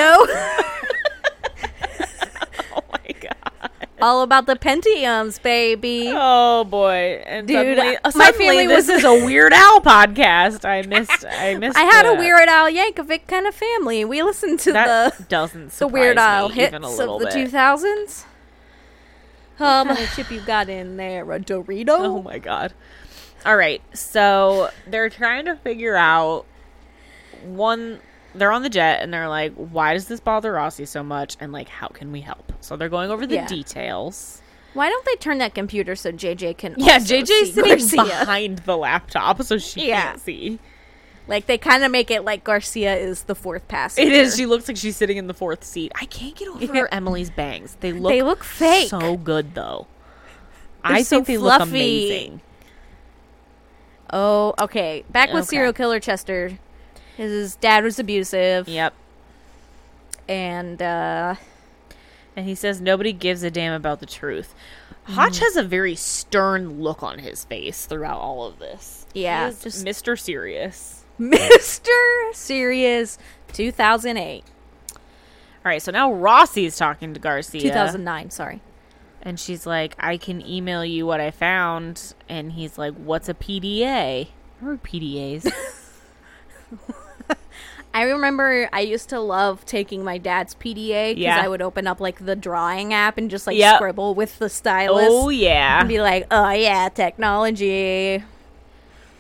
Speaker 1: oh my god.
Speaker 2: All about the Pentiums, baby."
Speaker 1: Oh boy. And
Speaker 2: Dude, uh,
Speaker 1: suddenly,
Speaker 2: my
Speaker 1: suddenly
Speaker 2: family
Speaker 1: this
Speaker 2: was-
Speaker 1: is a Weird Al podcast. I missed. I missed.
Speaker 2: I had a
Speaker 1: that.
Speaker 2: Weird Al Yankovic kind of family. We listened to
Speaker 1: That
Speaker 2: the
Speaker 1: doesn't
Speaker 2: the
Speaker 1: surprise
Speaker 2: Weird
Speaker 1: me
Speaker 2: Al
Speaker 1: even a
Speaker 2: hits
Speaker 1: little
Speaker 2: of the
Speaker 1: bit.
Speaker 2: two thousands. Um, what kind of chip you got in there? A Dorito?
Speaker 1: Oh my god. All right. So they're trying to figure out one they're on the jet and they're like, why does this bother Rossi so much and like how can we help? So they're going over the
Speaker 2: Yeah.
Speaker 1: details.
Speaker 2: Why don't they turn that computer so JJ can?
Speaker 1: Yeah,
Speaker 2: also see
Speaker 1: JJ's sitting
Speaker 2: Garcia?
Speaker 1: behind the laptop so she
Speaker 2: Yeah.
Speaker 1: can't see.
Speaker 2: Like they kind of make it like Garcia is the fourth passenger.
Speaker 1: It is she looks like she's sitting in the fourth seat. I can't get over Emily's bangs. They look
Speaker 2: They look fake.
Speaker 1: so good though.
Speaker 2: They're
Speaker 1: I
Speaker 2: so
Speaker 1: think they look
Speaker 2: fluffy.
Speaker 1: amazing.
Speaker 2: Oh, okay. Back with
Speaker 1: Okay.
Speaker 2: serial killer Chester. His dad was abusive,
Speaker 1: Yep.
Speaker 2: and uh,
Speaker 1: And he says nobody gives a damn about the truth.
Speaker 2: Mm.
Speaker 1: Hotch has a very stern look on his face throughout all of this.
Speaker 2: Yeah,
Speaker 1: he is
Speaker 2: just-
Speaker 1: Mr. Serious.
Speaker 2: Mister Serious, two thousand eight,
Speaker 1: All right, so now Rossi's talking to Garcia,
Speaker 2: two thousand nine. Sorry.
Speaker 1: and she's like, "I can email you what I found," and he's like, "What's a PDA?" I remember PDAs.
Speaker 2: I remember I used to love taking my dad's PDA because
Speaker 1: Yeah.
Speaker 2: I would open up like the drawing app and just like
Speaker 1: Yep.
Speaker 2: scribble with the stylus
Speaker 1: Oh yeah.
Speaker 2: and be like, "Oh yeah, technology."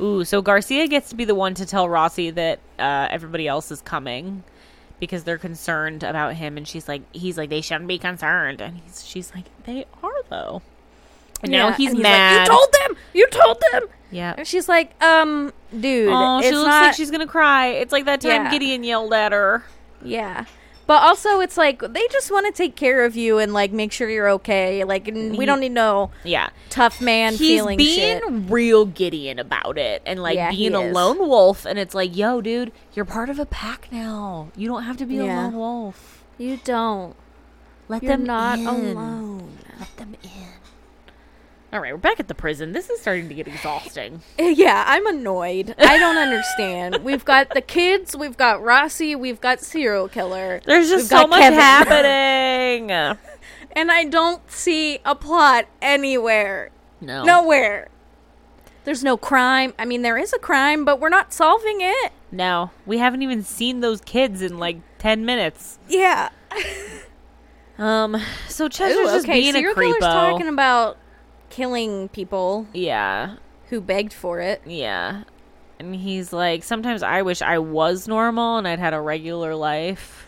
Speaker 1: Ooh, so Garcia gets to be the one to tell Rossi that uh, everybody else is coming because they're concerned about him, and she's like, he's like, they shouldn't be concerned, and he's, she's like, they are though. And now
Speaker 2: Yeah,
Speaker 1: he's
Speaker 2: and
Speaker 1: mad.
Speaker 2: Like, you told them. You told them.
Speaker 1: yeah.
Speaker 2: And she's like, "Um, dude,
Speaker 1: Oh, she
Speaker 2: it's
Speaker 1: looks
Speaker 2: not.
Speaker 1: like she's gonna cry. It's like that time
Speaker 2: Yeah.
Speaker 1: Gideon yelled at her.
Speaker 2: yeah." But also, it's like they just want to take care of you and like make sure you're okay. Like n- we
Speaker 1: He-
Speaker 2: don't need no
Speaker 1: Yeah.
Speaker 2: tough man
Speaker 1: he's
Speaker 2: feeling
Speaker 1: being
Speaker 2: shit.
Speaker 1: real Gideon about it and like
Speaker 2: Yeah, he
Speaker 1: being a
Speaker 2: is.
Speaker 1: lone wolf and it's like, yo, dude, you're part of a pack now. You don't have to be
Speaker 2: Yeah.
Speaker 1: a lone wolf.
Speaker 2: You don't.
Speaker 1: Let
Speaker 2: You're
Speaker 1: them
Speaker 2: not
Speaker 1: in.
Speaker 2: alone.
Speaker 1: Let them in. All right, we're back at the prison. This is starting to get exhausting.
Speaker 2: Yeah, I'm annoyed. I don't understand. We've got the kids, we've got Rossi, we've got serial killer.
Speaker 1: There's just
Speaker 2: We've
Speaker 1: so
Speaker 2: got
Speaker 1: much
Speaker 2: Kevin.
Speaker 1: happening.
Speaker 2: And I don't see a plot anywhere.
Speaker 1: No.
Speaker 2: Nowhere. There's no crime. I mean, there is a crime, but we're not solving it.
Speaker 1: No. We haven't even seen those kids in like 10 minutes.
Speaker 2: Yeah.
Speaker 1: Um, so Chester's
Speaker 2: Ooh,
Speaker 1: just
Speaker 2: okay,
Speaker 1: being
Speaker 2: serial
Speaker 1: a creepo.
Speaker 2: killer's talking about killing people
Speaker 1: yeah.
Speaker 2: who begged for it.
Speaker 1: Yeah. And he's like, sometimes I wish I was normal and I'd had a regular life,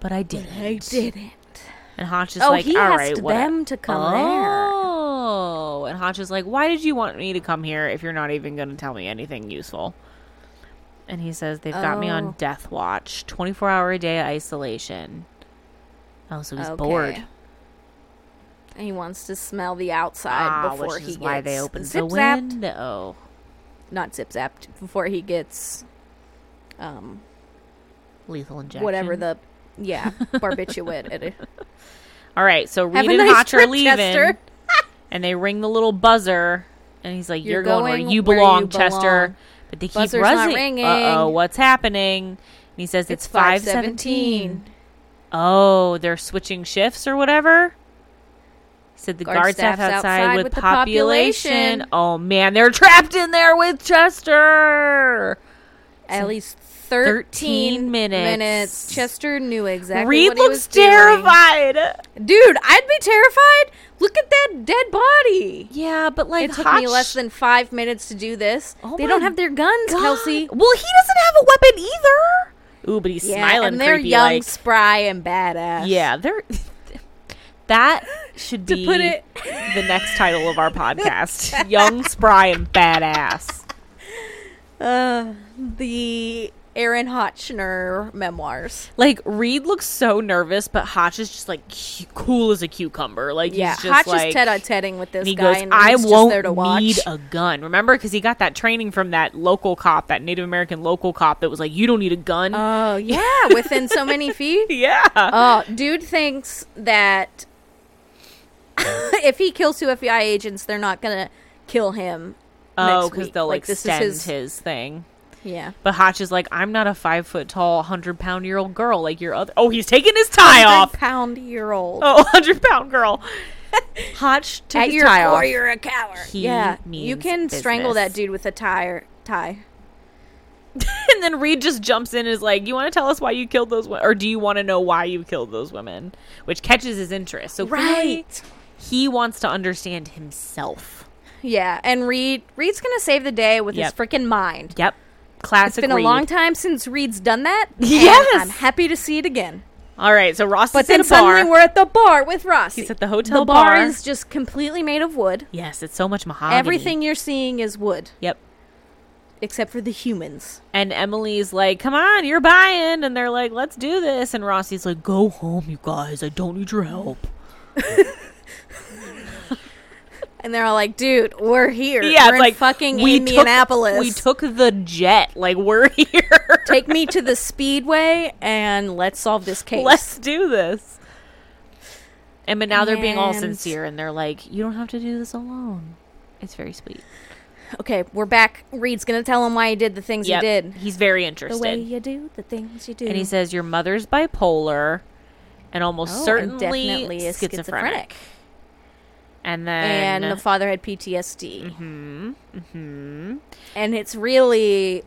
Speaker 1: but I didn't.
Speaker 2: didn't.
Speaker 1: And Hotch is
Speaker 2: Oh,
Speaker 1: like,
Speaker 2: he
Speaker 1: all
Speaker 2: asked
Speaker 1: right, what?
Speaker 2: them to come there.
Speaker 1: oh. And Hotch is like, why did you want me to come here if you're not even going to tell me anything useful? And he says, they've got me
Speaker 2: Oh.
Speaker 1: on death watch, 24 hour a day isolation. Oh, so he's bored.
Speaker 2: Okay. He wants to smell the outside
Speaker 1: Ah,
Speaker 2: before he
Speaker 1: which is
Speaker 2: gets
Speaker 1: why they opened the
Speaker 2: zip-zapped.
Speaker 1: window.
Speaker 2: Not zip zapped before he gets, um,
Speaker 1: Lethal injection.
Speaker 2: whatever the yeah barbiturate. It-
Speaker 1: All right, so
Speaker 2: Have
Speaker 1: Reed
Speaker 2: a
Speaker 1: and
Speaker 2: nice
Speaker 1: Hotch are
Speaker 2: trip,
Speaker 1: leaving.
Speaker 2: Chester.
Speaker 1: and they ring the little buzzer, and he's like, "You're,
Speaker 2: You're
Speaker 1: going,
Speaker 2: going
Speaker 1: where you
Speaker 2: where you
Speaker 1: belong, Chester."
Speaker 2: belong.
Speaker 1: But they keep
Speaker 2: Buzzer's not
Speaker 1: buzzing.
Speaker 2: ringing.
Speaker 1: Uh oh, what's happening? And he says, "It's,
Speaker 2: It's
Speaker 1: five
Speaker 2: 5:17.
Speaker 1: seventeen. Oh, they're switching shifts or whatever. He said the guard,
Speaker 2: Guard
Speaker 1: staff
Speaker 2: staff's
Speaker 1: outside,
Speaker 2: outside
Speaker 1: with,
Speaker 2: with the
Speaker 1: population.
Speaker 2: population.
Speaker 1: Oh man, they're trapped in there with Chester.
Speaker 2: At least
Speaker 1: 13
Speaker 2: thirteen
Speaker 1: minutes.
Speaker 2: Chester knew exactly.
Speaker 1: Reed
Speaker 2: what he
Speaker 1: looks
Speaker 2: was doing.
Speaker 1: terrified.
Speaker 2: dude. I'd be terrified. Look at that dead body.
Speaker 1: Yeah, but like
Speaker 2: It took
Speaker 1: Hotch-
Speaker 2: me less than five minutes to do this.
Speaker 1: Oh
Speaker 2: they
Speaker 1: my
Speaker 2: don't have their guns,
Speaker 1: God.
Speaker 2: Kelsey.
Speaker 1: Well, he doesn't have a weapon either. Ooh, but he's smiling
Speaker 2: and they're
Speaker 1: creepy
Speaker 2: young,
Speaker 1: like.
Speaker 2: spry, and badass.
Speaker 1: Yeah, they're that should
Speaker 2: To
Speaker 1: be
Speaker 2: put it-
Speaker 1: the next title of our podcast. Young, spry, and badass.
Speaker 2: Uh, the Aaron Hotchner memoirs.
Speaker 1: Like Reed looks so nervous, but Hotch is just like cu- cool as a cucumber. Like
Speaker 2: yeah,
Speaker 1: he's just
Speaker 2: Hotch
Speaker 1: like,
Speaker 2: is tete a teting with this
Speaker 1: and he
Speaker 2: guy,
Speaker 1: goes,
Speaker 2: and
Speaker 1: "I
Speaker 2: he's
Speaker 1: won't
Speaker 2: just there to watch.
Speaker 1: need a gun." Remember, because he got that training from that local cop, that Native American local cop that was like, "You don't need a gun."
Speaker 2: oh yeah, within so many feet.
Speaker 1: yeah.
Speaker 2: Oh, dude thinks that if he kills two FBI agents, they're not gonna kill him.
Speaker 1: oh,
Speaker 2: because
Speaker 1: because they'll like,
Speaker 2: this
Speaker 1: extend
Speaker 2: is his,
Speaker 1: his thing.
Speaker 2: yeah.
Speaker 1: But Hotch is like, I'm not a five foot tall, hundred pound year old girl like your other. Oh, he's taking his tie off.
Speaker 2: pound year old.
Speaker 1: Oh, 100 pound girl. Hotch took
Speaker 2: At
Speaker 1: his
Speaker 2: your
Speaker 1: tie
Speaker 2: core,
Speaker 1: off.
Speaker 2: you're a coward.
Speaker 1: He
Speaker 2: yeah, you
Speaker 1: means
Speaker 2: can strangle
Speaker 1: business.
Speaker 2: that dude with a tire tie.
Speaker 1: and then Reed just jumps in and is like, You want to tell us why you killed those women? Or do you want to know why you killed those women? Which catches his interest. So clearly,
Speaker 2: Right.
Speaker 1: he wants to understand himself.
Speaker 2: Yeah, and Reed Reed's gonna save the day with
Speaker 1: Yep.
Speaker 2: his freaking mind.
Speaker 1: Yep. Classic
Speaker 2: It's been a
Speaker 1: Reed.
Speaker 2: long time since Reed's done that. and
Speaker 1: Yes!
Speaker 2: I'm happy to see it again.
Speaker 1: All right, so Ross
Speaker 2: But
Speaker 1: is
Speaker 2: then
Speaker 1: in a bar.
Speaker 2: suddenly we're at the bar with Ross.
Speaker 1: He's at the hotel
Speaker 2: The bar,
Speaker 1: bar.
Speaker 2: is just completely made of wood.
Speaker 1: yes, it's so much mahogany.
Speaker 2: Everything you're seeing is wood,
Speaker 1: Yep.
Speaker 2: except for the humans.
Speaker 1: And Emily's like, come on, you're buying. And they're like, let's do this. And Rossi's like, go home, you guys. I don't need your help.
Speaker 2: And they're all like, "Dude, we're here.
Speaker 1: Yeah,
Speaker 2: we're
Speaker 1: it's
Speaker 2: in
Speaker 1: like
Speaker 2: fucking
Speaker 1: we took-
Speaker 2: Indianapolis.
Speaker 1: we took the jet. Like, we're here.
Speaker 2: Take me to the speedway and let's solve this case."
Speaker 1: let's do this. And but now they're being all
Speaker 2: And-
Speaker 1: sincere. And they're like, you don't have to do this alone. It's very sweet.
Speaker 2: Okay, we're back. Reed's gonna tell him why he did the things
Speaker 1: Yep.
Speaker 2: he did.
Speaker 1: He's very
Speaker 2: The way
Speaker 1: interested.
Speaker 2: you do the things you do.
Speaker 1: And he says, your mother's bipolar and almost
Speaker 2: Oh, and
Speaker 1: certainly
Speaker 2: definitely is
Speaker 1: schizophrenic.
Speaker 2: schizophrenic.
Speaker 1: And then
Speaker 2: and the father had PTSD.
Speaker 1: Mhm, mhm.
Speaker 2: And it's really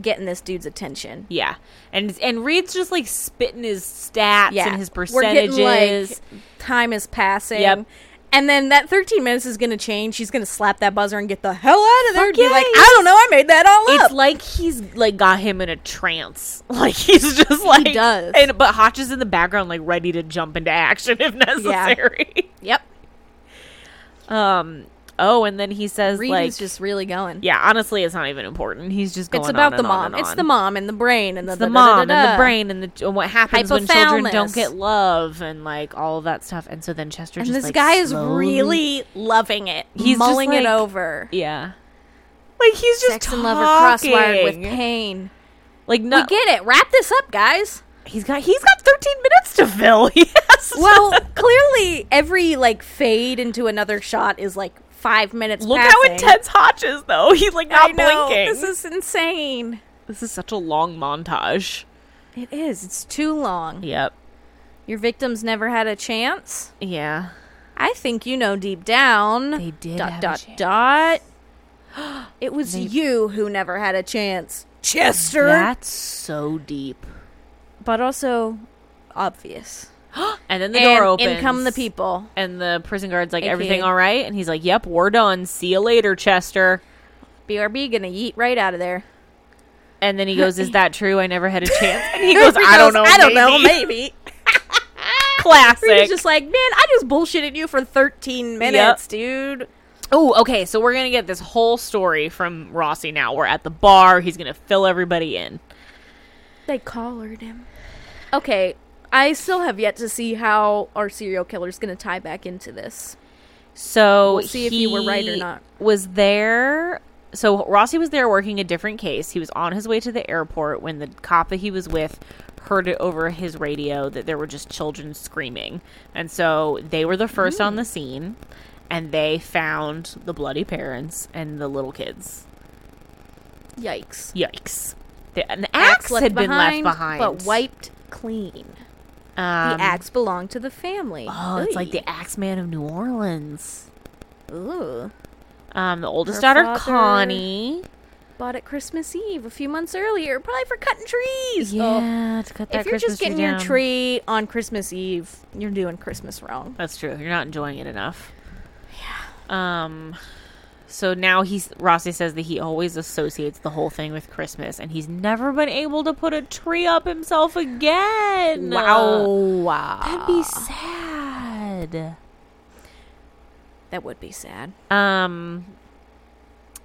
Speaker 2: getting this dude's attention.
Speaker 1: Yeah, and and Reed's just like spitting his stats
Speaker 2: Yeah,
Speaker 1: and his
Speaker 2: We're getting,
Speaker 1: percentages.
Speaker 2: like, time is passing.
Speaker 1: Yep.
Speaker 2: And then that 13 minutes is going to change. She's going to slap that buzzer and get the hell out of there. and be
Speaker 1: yeah,
Speaker 2: like,
Speaker 1: he's-
Speaker 2: I don't know, I made that all up.
Speaker 1: it's like he's like got him in a trance. Like he's just like
Speaker 2: does.
Speaker 1: And but Hotch is in the background, like ready to jump into action if necessary.
Speaker 2: yep.
Speaker 1: um. Oh, and then he says
Speaker 2: Reed
Speaker 1: like,
Speaker 2: is just really going.
Speaker 1: yeah. Honestly, it's not even important. He's just going.
Speaker 2: it's about
Speaker 1: on
Speaker 2: the
Speaker 1: and on
Speaker 2: mom.
Speaker 1: and
Speaker 2: It's
Speaker 1: on.
Speaker 2: the mom and the brain and the,
Speaker 1: It's the
Speaker 2: da-da-da-da-da.
Speaker 1: mom and the brain and the and what happens when children don't
Speaker 2: Hypothalamus.
Speaker 1: get love and like all of that stuff. And so then Chester
Speaker 2: And
Speaker 1: just
Speaker 2: this
Speaker 1: like,
Speaker 2: guy is
Speaker 1: slowly-
Speaker 2: really loving it.
Speaker 1: He's
Speaker 2: He's
Speaker 1: just
Speaker 2: mulling
Speaker 1: like-
Speaker 2: it over.
Speaker 1: yeah. Like he's just
Speaker 2: Sex
Speaker 1: talking.
Speaker 2: and love are crosswired with pain.
Speaker 1: Like no,
Speaker 2: We get it. Wrap this up, guys.
Speaker 1: he's got he's got 13 minutes to fill. He has to-
Speaker 2: Well, clearly every like fade into another shot is like five minutes.
Speaker 1: Look
Speaker 2: passing.
Speaker 1: how intense Hotch is, though. He's like
Speaker 2: I
Speaker 1: not
Speaker 2: know.
Speaker 1: blinking.
Speaker 2: This is insane.
Speaker 1: this is such a long montage.
Speaker 2: It is. It's too long.
Speaker 1: Yep.
Speaker 2: Your victims never had a chance.
Speaker 1: Yeah.
Speaker 2: I think you know deep down.
Speaker 1: They did
Speaker 2: Dot
Speaker 1: have a
Speaker 2: dot
Speaker 1: chance.
Speaker 2: dot. It was you who never had a chance, Chester.
Speaker 1: That's so deep.
Speaker 2: But also obvious.
Speaker 1: And then the
Speaker 2: and
Speaker 1: door opens.
Speaker 2: In come the people.
Speaker 1: And the prison guard's like,
Speaker 2: AKA.
Speaker 1: everything all right? And he's like, yep, we're done. See you later, Chester.
Speaker 2: BRB gonna yeet right out of there.
Speaker 1: And then he goes, is that true? I never had a chance. And he goes, I don't know.
Speaker 2: I don't know.
Speaker 1: maybe."
Speaker 2: Maybe.
Speaker 1: Classic.
Speaker 2: Rita's just like, man, I just bullshitted you for 13 minutes, dude.
Speaker 1: Oh, okay. So we're gonna get this whole story from Rossi now. We're at the bar. He's gonna fill everybody in.
Speaker 2: They collared him. Okay, I still have yet to see how our serial killer's going to tie back into this.
Speaker 1: So
Speaker 2: We'll see if you were right or
Speaker 1: he
Speaker 2: not.
Speaker 1: Was there? So Rossi was there working a different case. He was on his way to the airport when the cop that he was with heard it over his radio that there were just children screaming, and so they were the first on
Speaker 2: Mm.
Speaker 1: the scene, and they found the bloody parents and the little kids.
Speaker 2: Yikes.
Speaker 1: Yikes! The, an
Speaker 2: Axe
Speaker 1: axe
Speaker 2: left
Speaker 1: had been
Speaker 2: behind,
Speaker 1: left behind,
Speaker 2: But wiped clean.
Speaker 1: Um,
Speaker 2: the axe belonged to the family.
Speaker 1: Oh, it's like
Speaker 2: Oy.
Speaker 1: the Axeman of New Orleans.
Speaker 2: Ooh.
Speaker 1: Um, the oldest
Speaker 2: Her
Speaker 1: daughter,
Speaker 2: father-
Speaker 1: Connie.
Speaker 2: Bought it Christmas Eve a few months earlier, probably for cutting trees. Oh.
Speaker 1: Yeah, to cut that
Speaker 2: If you're
Speaker 1: Christmas
Speaker 2: just
Speaker 1: tree
Speaker 2: getting your
Speaker 1: down.
Speaker 2: tree on Christmas Eve, you're doing Christmas wrong.
Speaker 1: That's true. You're not enjoying it enough. Yeah. Um. So now he's Rossi says that he always associates the whole thing with Christmas, and he's never been able to put a tree up himself again.
Speaker 2: wow.
Speaker 1: that'd be sad.
Speaker 2: That would be sad.
Speaker 1: Um.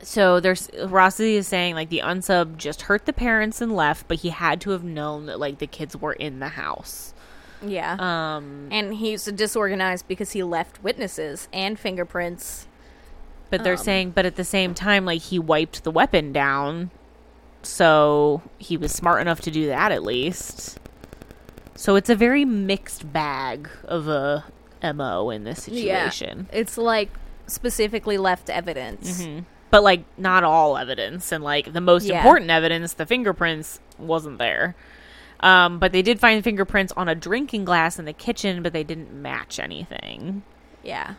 Speaker 1: So there's Rossi is saying like the unsub just hurt the parents and left, but he had to have known that like the kids were in the house.
Speaker 2: Yeah.
Speaker 1: Um,
Speaker 2: and he's disorganized because he left witnesses and fingerprints.
Speaker 1: but they're
Speaker 2: Um,
Speaker 1: saying, but at the same time, like he wiped the weapon down, so he was smart enough to do that at least. So it's a very mixed bag of a mo in this situation. Mm-hmm.
Speaker 2: It's like specifically left evidence.
Speaker 1: But like not all evidence and like the most
Speaker 2: Yeah.
Speaker 1: important evidence, the fingerprints wasn't there. Um, but they did find fingerprints on a drinking glass in the kitchen, but they didn't match anything.
Speaker 2: Yeah.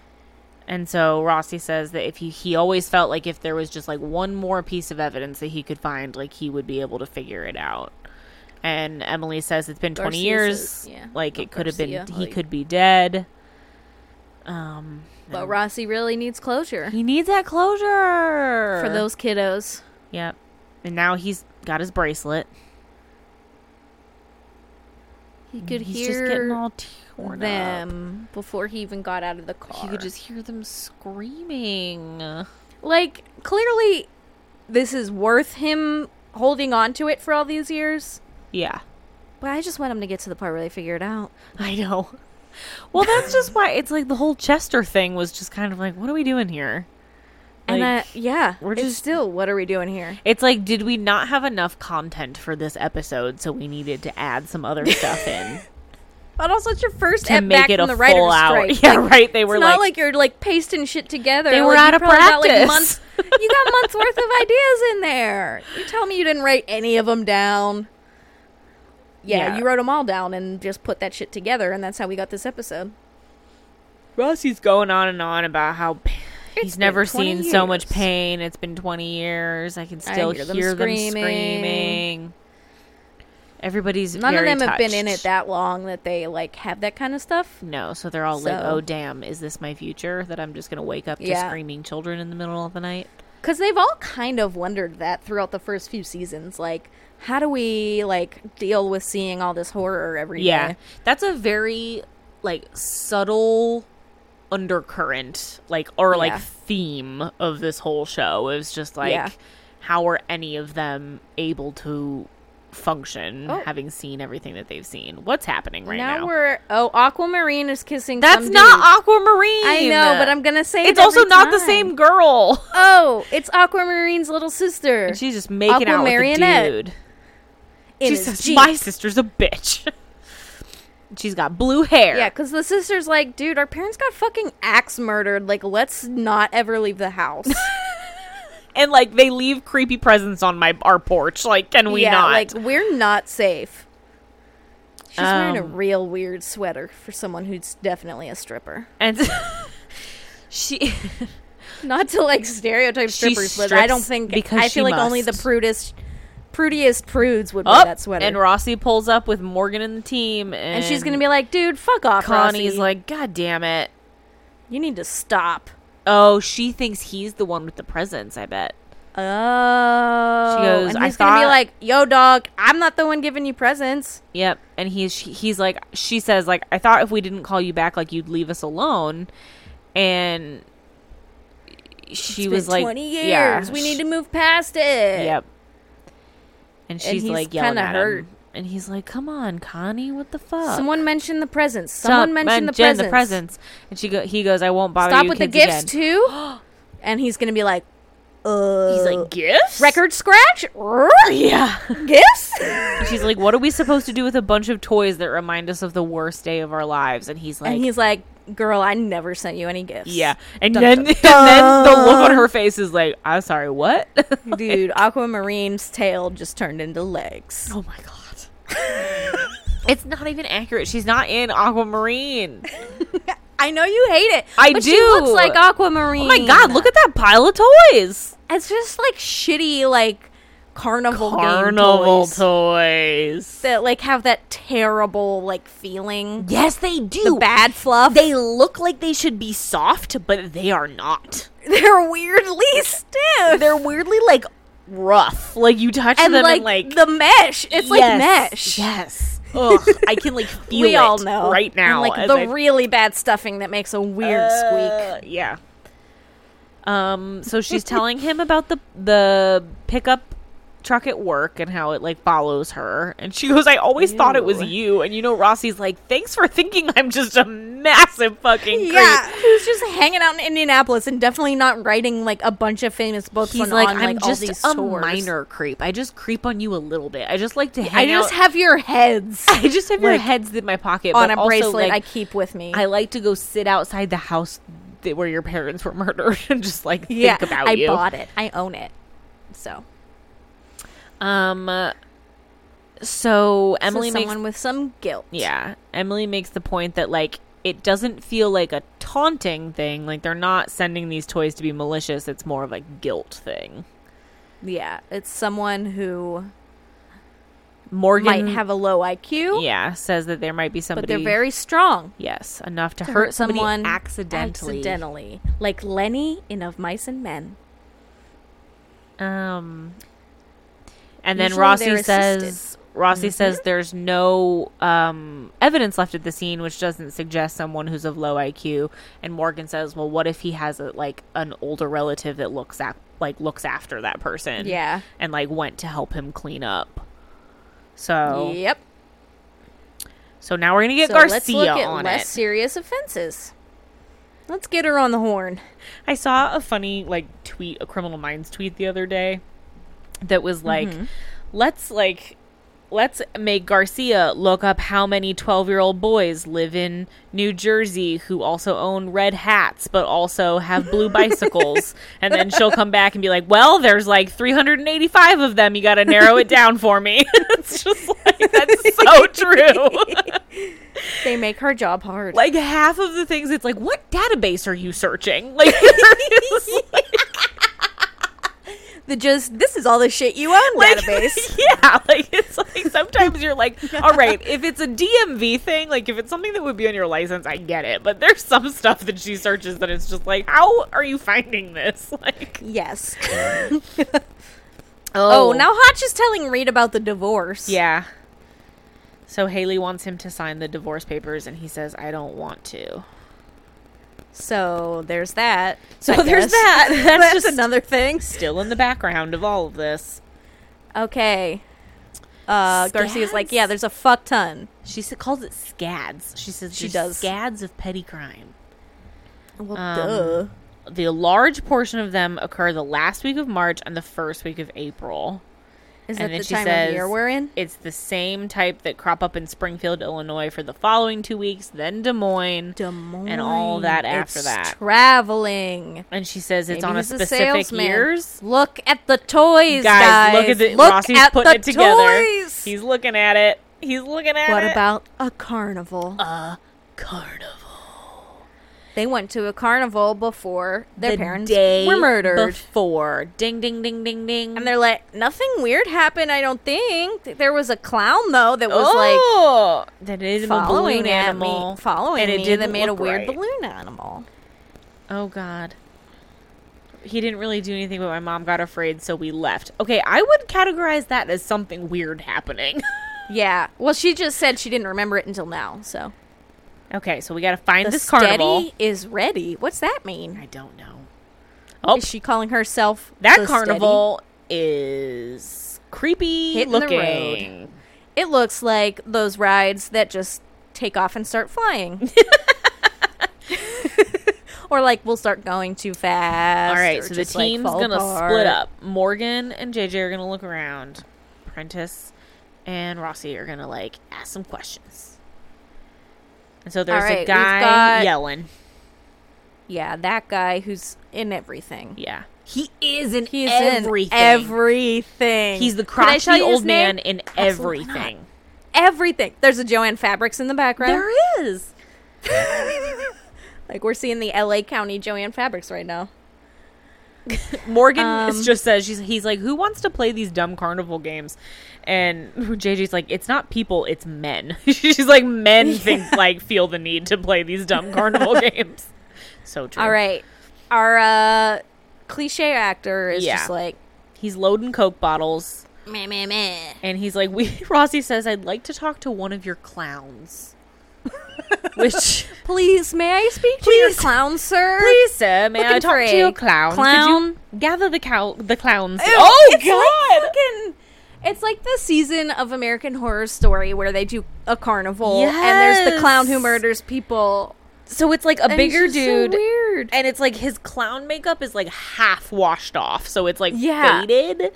Speaker 1: And so Rossi says that if he, he always felt like if there was just like one more piece of evidence that he could find, like he would be able to figure it out. And Emily says it's been 20
Speaker 2: Garcia
Speaker 1: years.
Speaker 2: says- yeah,
Speaker 1: Like
Speaker 2: not
Speaker 1: it could have been,
Speaker 2: Garcia,
Speaker 1: he
Speaker 2: like-
Speaker 1: could be dead. Um,
Speaker 2: But Rossi really needs closure
Speaker 1: he needs that closure
Speaker 2: for those kiddos.
Speaker 1: Yep. And now he's got his bracelet.
Speaker 2: He could
Speaker 1: He's just getting
Speaker 2: hear
Speaker 1: all torn up.
Speaker 2: them before he even got out of the car.
Speaker 1: He could just hear them screaming.
Speaker 2: like clearly this is worth him holding on to it for all these years.
Speaker 1: Yeah.
Speaker 2: But I just want him to get to the part where they figure it out.
Speaker 1: I know. Well, that's just why it's like the whole Chester thing was just kind of like, what are we doing here?
Speaker 2: and uh,
Speaker 1: Like,
Speaker 2: yeah,
Speaker 1: we're
Speaker 2: we're just
Speaker 1: just-
Speaker 2: still what are we doing here?
Speaker 1: it's like, did we not have enough content for this episode, so we needed to add some other stuff in
Speaker 2: But also, it's your first
Speaker 1: to
Speaker 2: ep
Speaker 1: make
Speaker 2: back
Speaker 1: it
Speaker 2: from
Speaker 1: a
Speaker 2: the writer's
Speaker 1: full hour?
Speaker 2: strike.
Speaker 1: Yeah, right. They were
Speaker 2: it's not
Speaker 1: like,
Speaker 2: like, you're like pasting shit together.
Speaker 1: They were
Speaker 2: Like, you
Speaker 1: out of
Speaker 2: probably got, like,
Speaker 1: practice.
Speaker 2: months- you got months worth of ideas in there. You tell me you didn't write any of them down. Yeah,
Speaker 1: Yeah.
Speaker 2: you wrote them all down and just put that shit together, and that's how we got this episode.
Speaker 1: Rossi's going on and on about how He's never seen so much pain. It's been 20 years. I can still
Speaker 2: hear
Speaker 1: hear,
Speaker 2: them
Speaker 1: them, screaming.
Speaker 2: screaming.
Speaker 1: Everybody's
Speaker 2: None of
Speaker 1: very
Speaker 2: them have been in it
Speaker 1: touched.
Speaker 2: that long that they like have that kind of stuff.
Speaker 1: No, so they're all like,
Speaker 2: So-
Speaker 1: "Oh damn, is this my future that I'm just going to wake up to
Speaker 2: Yeah.
Speaker 1: screaming children in the middle of the night?"
Speaker 2: Because they've all kind of wondered that throughout the first few seasons. Like, how do we like deal with seeing all this horror every day?
Speaker 1: Yeah. That's a very like subtle undercurrent, like or
Speaker 2: Yeah.
Speaker 1: like theme of this whole show is just like
Speaker 2: Yeah.
Speaker 1: how are any of them able to function
Speaker 2: Oh.
Speaker 1: having seen everything that they've seen? What's happening right
Speaker 2: now,
Speaker 1: now?
Speaker 2: we're oh Aquamarine is kissing.
Speaker 1: That's
Speaker 2: some
Speaker 1: not
Speaker 2: dude.
Speaker 1: Aquamarine.
Speaker 2: I know, but I'm gonna say
Speaker 1: It's
Speaker 2: it
Speaker 1: also
Speaker 2: every
Speaker 1: not the
Speaker 2: time.
Speaker 1: same girl.
Speaker 2: Oh, it's Aquamarine's little sister.
Speaker 1: She's just making out with
Speaker 2: Aquamarionette.
Speaker 1: the dude.
Speaker 2: in
Speaker 1: She
Speaker 2: his
Speaker 1: says,
Speaker 2: Jeep.
Speaker 1: "My sister's a bitch." She's got blue hair.
Speaker 2: Yeah, because the sister's like, dude, our parents got fucking axe murdered. Like, let's not ever leave the house.
Speaker 1: and like they leave creepy presents on my our porch. Like, can we
Speaker 2: yeah,
Speaker 1: not?
Speaker 2: like we're not safe. She's wearing a
Speaker 1: Um,
Speaker 2: real weird sweater for someone who's definitely a stripper.
Speaker 1: and she
Speaker 2: Not to like stereotype
Speaker 1: She
Speaker 2: strippers, but I don't
Speaker 1: strips
Speaker 2: think
Speaker 1: because
Speaker 2: I feel
Speaker 1: she
Speaker 2: like only the
Speaker 1: must.
Speaker 2: prudest, prudiest prudes would wear
Speaker 1: up
Speaker 2: that sweater.
Speaker 1: and Rossi pulls up with Morgan and the team, and,
Speaker 2: and she's gonna be like, dude, fuck off,
Speaker 1: Connie's
Speaker 2: Rossi.
Speaker 1: like, God damn it!
Speaker 2: you need to stop.
Speaker 1: Oh, she thinks he's the one with the presents. I bet.
Speaker 2: Oh,
Speaker 1: goes,
Speaker 2: and
Speaker 1: "I
Speaker 2: he's gonna be
Speaker 1: thought-
Speaker 2: like, yo, dog, I'm not the one giving you presents.
Speaker 1: Yep. And he's she- he's like she says like I thought if we didn't call you back like you'd leave us alone, and she
Speaker 2: It's
Speaker 1: was
Speaker 2: been
Speaker 1: like
Speaker 2: 20 years.
Speaker 1: yeah,
Speaker 2: we
Speaker 1: sh-
Speaker 2: need to move past it.
Speaker 1: Yep. And she's
Speaker 2: he's
Speaker 1: like yelling
Speaker 2: kinda
Speaker 1: at
Speaker 2: hurt.
Speaker 1: him, and he's like, "Come on, Connie, what the fuck?"
Speaker 2: Someone mentioned the presents.
Speaker 1: Stop
Speaker 2: Someone mentioned the
Speaker 1: mention
Speaker 2: presents.
Speaker 1: And she go, he goes, "I won't bother
Speaker 2: Stop
Speaker 1: you
Speaker 2: with the
Speaker 1: kids
Speaker 2: gifts
Speaker 1: again."
Speaker 2: too. And he's gonna be like, uh,
Speaker 1: He's like, "Gifts?"
Speaker 2: record scratch,
Speaker 1: Yeah.
Speaker 2: gifts.
Speaker 1: She's like, "What are we supposed to do with a bunch of toys that remind us of the worst day of our lives?" And he's like,
Speaker 2: and he's like, girl, I never sent you any gifts.
Speaker 1: "Yeah." And
Speaker 2: Dun,
Speaker 1: then
Speaker 2: dun,
Speaker 1: and then the look on
Speaker 2: dun.
Speaker 1: her face is like, "I'm sorry, what?"
Speaker 2: dude, Aquamarine's tail just turned into legs.
Speaker 1: oh my god. it's not even accurate. She's not in Aquamarine.
Speaker 2: I know you hate it.
Speaker 1: I
Speaker 2: but She
Speaker 1: do.
Speaker 2: looks like Aquamarine.
Speaker 1: Oh my god, look at that pile of toys.
Speaker 2: It's just like shitty, like carnival game
Speaker 1: Carnival
Speaker 2: toys
Speaker 1: toys.
Speaker 2: that like have that terrible like feeling,
Speaker 1: Yes, they
Speaker 2: the
Speaker 1: do.
Speaker 2: bad fluff.
Speaker 1: They look like they should be soft, but they are not.
Speaker 2: They're weirdly stiff.
Speaker 1: They're weirdly like rough. Like you touch
Speaker 2: and
Speaker 1: them
Speaker 2: like,
Speaker 1: and like
Speaker 2: the mesh. It's like
Speaker 1: Yes,
Speaker 2: mesh.
Speaker 1: Yes. Ugh, I can like feel
Speaker 2: we
Speaker 1: it
Speaker 2: all know
Speaker 1: right now.
Speaker 2: And, like
Speaker 1: as
Speaker 2: the
Speaker 1: I-
Speaker 2: really bad stuffing that makes a weird
Speaker 1: Uh,
Speaker 2: squeak.
Speaker 1: Yeah. Um. So she's telling him about the the pickup truck at work and how it like follows her, and she goes, "I always thought it was
Speaker 2: Ew.
Speaker 1: you." And you know, Rossi's like, "Thanks for thinking I'm just a massive fucking creep."
Speaker 2: Yeah, who's just hanging out in Indianapolis and definitely not writing like a bunch of famous books.
Speaker 1: He's
Speaker 2: and
Speaker 1: like,
Speaker 2: on,
Speaker 1: I'm
Speaker 2: like,
Speaker 1: just
Speaker 2: all these
Speaker 1: a
Speaker 2: tours.
Speaker 1: minor creep. I just creep on you a little bit. I just like to
Speaker 2: I
Speaker 1: hang
Speaker 2: just
Speaker 1: out-
Speaker 2: have your heads
Speaker 1: I just have your
Speaker 2: like,
Speaker 1: heads in my pocket
Speaker 2: on
Speaker 1: but
Speaker 2: a
Speaker 1: also,
Speaker 2: bracelet
Speaker 1: like,
Speaker 2: I keep with me.
Speaker 1: I like to go sit outside the house that, where your parents were murdered and just like
Speaker 2: yeah,
Speaker 1: think about
Speaker 2: I
Speaker 1: you.
Speaker 2: bought it. I own it. So
Speaker 1: Um. uh, So Emily
Speaker 2: so
Speaker 1: makes
Speaker 2: someone with some guilt.
Speaker 1: yeah Emily makes the point that like it doesn't feel like a taunting thing. Like they're not sending these toys to be malicious. It's more of a guilt thing.
Speaker 2: yeah. It's someone who
Speaker 1: Morgan
Speaker 2: might have a low IQ,
Speaker 1: yeah says that there might be
Speaker 2: but
Speaker 1: somebody
Speaker 2: they're very strong.
Speaker 1: yes enough to hurt somebody
Speaker 2: someone
Speaker 1: accidentally.
Speaker 2: accidentally, like Lenny in Of Mice and Men.
Speaker 1: Um, and then
Speaker 2: Usually
Speaker 1: Rossi
Speaker 2: they're
Speaker 1: says
Speaker 2: assisted. Mm-hmm.
Speaker 1: Rossi says there's no um, evidence left at the scene, which doesn't suggest someone who's of low IQ. And Morgan says, "Well, what if he has a, like an older relative that looks at like looks after that person?
Speaker 2: Yeah.
Speaker 1: and like went to help him clean up." So
Speaker 2: Yep.
Speaker 1: so now we're gonna get
Speaker 2: So
Speaker 1: Oh. Garcia
Speaker 2: let's look at
Speaker 1: on
Speaker 2: less
Speaker 1: it.
Speaker 2: serious offenses. Let's get her on the horn.
Speaker 1: I saw a funny like tweet, a Criminal Minds tweet the other day that was like, let's like let's make Garcia look up how many 12 year old boys live in New Jersey who also own red hats but also have blue bicycles. and then she'll come back and be like, well, there's like 385 of them. You got to narrow it down for me. it's just like, that's so true.
Speaker 2: They make her job hard.
Speaker 1: like half of the things, it's like, what database are you searching? Like, it's like-
Speaker 2: the just this is all the shit you own
Speaker 1: like,
Speaker 2: database.
Speaker 1: Yeah, like it's like sometimes you're like, all right, if it's a DMV thing, like if it's something that would be on your license, I get it. But there's some stuff that she searches that it's just like, how are you finding this? Like,
Speaker 2: yes. Oh, now Hotch is telling Reed about the divorce.
Speaker 1: yeah. So Haley wants him to sign the divorce papers, and he says, "I don't want to."
Speaker 2: So there's that.
Speaker 1: So
Speaker 2: I
Speaker 1: there's
Speaker 2: guess.
Speaker 1: that. That's
Speaker 2: That's
Speaker 1: just-
Speaker 2: another thing.
Speaker 1: Still in the background of all of this,
Speaker 2: Okay. Uh, Garcia's like,
Speaker 1: Scads?
Speaker 2: yeah, there's a fuck ton.
Speaker 1: she s- calls it scads. She says
Speaker 2: She
Speaker 1: "There's
Speaker 2: does.
Speaker 1: scads of petty crime.
Speaker 2: Well,
Speaker 1: Um, The large portion of them occur the last week of March and the first week of April.
Speaker 2: Is
Speaker 1: and
Speaker 2: that
Speaker 1: then
Speaker 2: the
Speaker 1: she
Speaker 2: time
Speaker 1: says-
Speaker 2: of year we're in?
Speaker 1: It's the same type that crop up in Springfield, Illinois for the following two weeks, then Des Moines.
Speaker 2: Des Moines.
Speaker 1: and all that after
Speaker 2: It's
Speaker 1: that.
Speaker 2: Traveling.
Speaker 1: and she says it's
Speaker 2: Maybe
Speaker 1: on a
Speaker 2: he's
Speaker 1: specific
Speaker 2: salesman.
Speaker 1: years.
Speaker 2: Look at the toys, guys.
Speaker 1: Guys, look at the
Speaker 2: Look
Speaker 1: Rossi's
Speaker 2: at
Speaker 1: putting
Speaker 2: the
Speaker 1: it together.
Speaker 2: toys.
Speaker 1: He's looking at it. He's looking at
Speaker 2: what
Speaker 1: it.
Speaker 2: about a carnival?
Speaker 1: a carnival?
Speaker 2: Uh, they went to a carnival before their
Speaker 1: The
Speaker 2: parents
Speaker 1: day
Speaker 2: were murdered.
Speaker 1: Before. Ding ding ding ding ding.
Speaker 2: and they're like, nothing weird happened, I don't think. There was a clown, though, that was like
Speaker 1: oh, that is a
Speaker 2: following
Speaker 1: balloon
Speaker 2: at
Speaker 1: animal
Speaker 2: me, following
Speaker 1: and it
Speaker 2: me,
Speaker 1: didn't
Speaker 2: that made a
Speaker 1: look
Speaker 2: weird
Speaker 1: right.
Speaker 2: balloon animal.
Speaker 1: Oh God. He didn't really do anything, but my mom got afraid, so we left. Okay, I would categorize that as something weird happening.
Speaker 2: Yeah. Well, she just said she didn't remember it until now. So
Speaker 1: okay, so we got to find
Speaker 2: the
Speaker 1: this
Speaker 2: steady
Speaker 1: carnival.
Speaker 2: is ready. What's that mean?
Speaker 1: I don't know. Oh,
Speaker 2: Is she calling herself
Speaker 1: that
Speaker 2: the
Speaker 1: carnival is creepy
Speaker 2: Hitting the road.
Speaker 1: looking.
Speaker 2: Steady? It looks like those rides that just take off and start flying. or like we'll start going too fast.
Speaker 1: All right,
Speaker 2: or
Speaker 1: so the
Speaker 2: just, like,
Speaker 1: team's
Speaker 2: fall
Speaker 1: gonna
Speaker 2: apart.
Speaker 1: split up. Morgan and JJ are gonna look around. Prentice and Rossi are gonna like ask some questions. And so there's
Speaker 2: right,
Speaker 1: a
Speaker 2: we've
Speaker 1: guy
Speaker 2: got-
Speaker 1: yelling.
Speaker 2: Yeah, that guy who's in everything.
Speaker 1: Yeah. He is in
Speaker 2: He's
Speaker 1: everything.
Speaker 2: in everything.
Speaker 1: He's the
Speaker 2: Did I tell
Speaker 1: crotchety
Speaker 2: you his
Speaker 1: old man
Speaker 2: name?
Speaker 1: in
Speaker 2: Absolutely
Speaker 1: everything.
Speaker 2: Everything. There's a Joanne Fabrics in the background.
Speaker 1: There is.
Speaker 2: Like we're seeing the LA County Joanne Fabrics right now.
Speaker 1: Morgan
Speaker 2: Um,
Speaker 1: is- just says she's he's like, Who wants to play these dumb carnival games? And JJ's like, It's not people, it's men. she's like, men think like feel the need to play these dumb carnival games. So true.
Speaker 2: All right. Our uh cliche actor is
Speaker 1: Yeah.
Speaker 2: just like
Speaker 1: He's loading Coke bottles
Speaker 2: meh meh meh.
Speaker 1: and he's like, We Rossi says, I'd like to talk to one of your clowns. Which
Speaker 2: Please, may I speak to
Speaker 1: Please.
Speaker 2: your clown, sir?
Speaker 1: Please, sir, may I
Speaker 2: Looking
Speaker 1: talk
Speaker 2: for
Speaker 1: to
Speaker 2: a
Speaker 1: your clown? Could you
Speaker 2: clown?
Speaker 1: gather the cow, the clowns.
Speaker 2: Ew,
Speaker 1: oh
Speaker 2: it's
Speaker 1: God!
Speaker 2: Like fucking- it's like the season of American Horror Story where they do a carnival and there's the clown who
Speaker 1: Yes.
Speaker 2: murders people.
Speaker 1: so it's like a
Speaker 2: And
Speaker 1: bigger
Speaker 2: it's just so
Speaker 1: dude,
Speaker 2: weird.
Speaker 1: and it's like his clown makeup is like half washed off, so it's like
Speaker 2: Yeah.
Speaker 1: faded.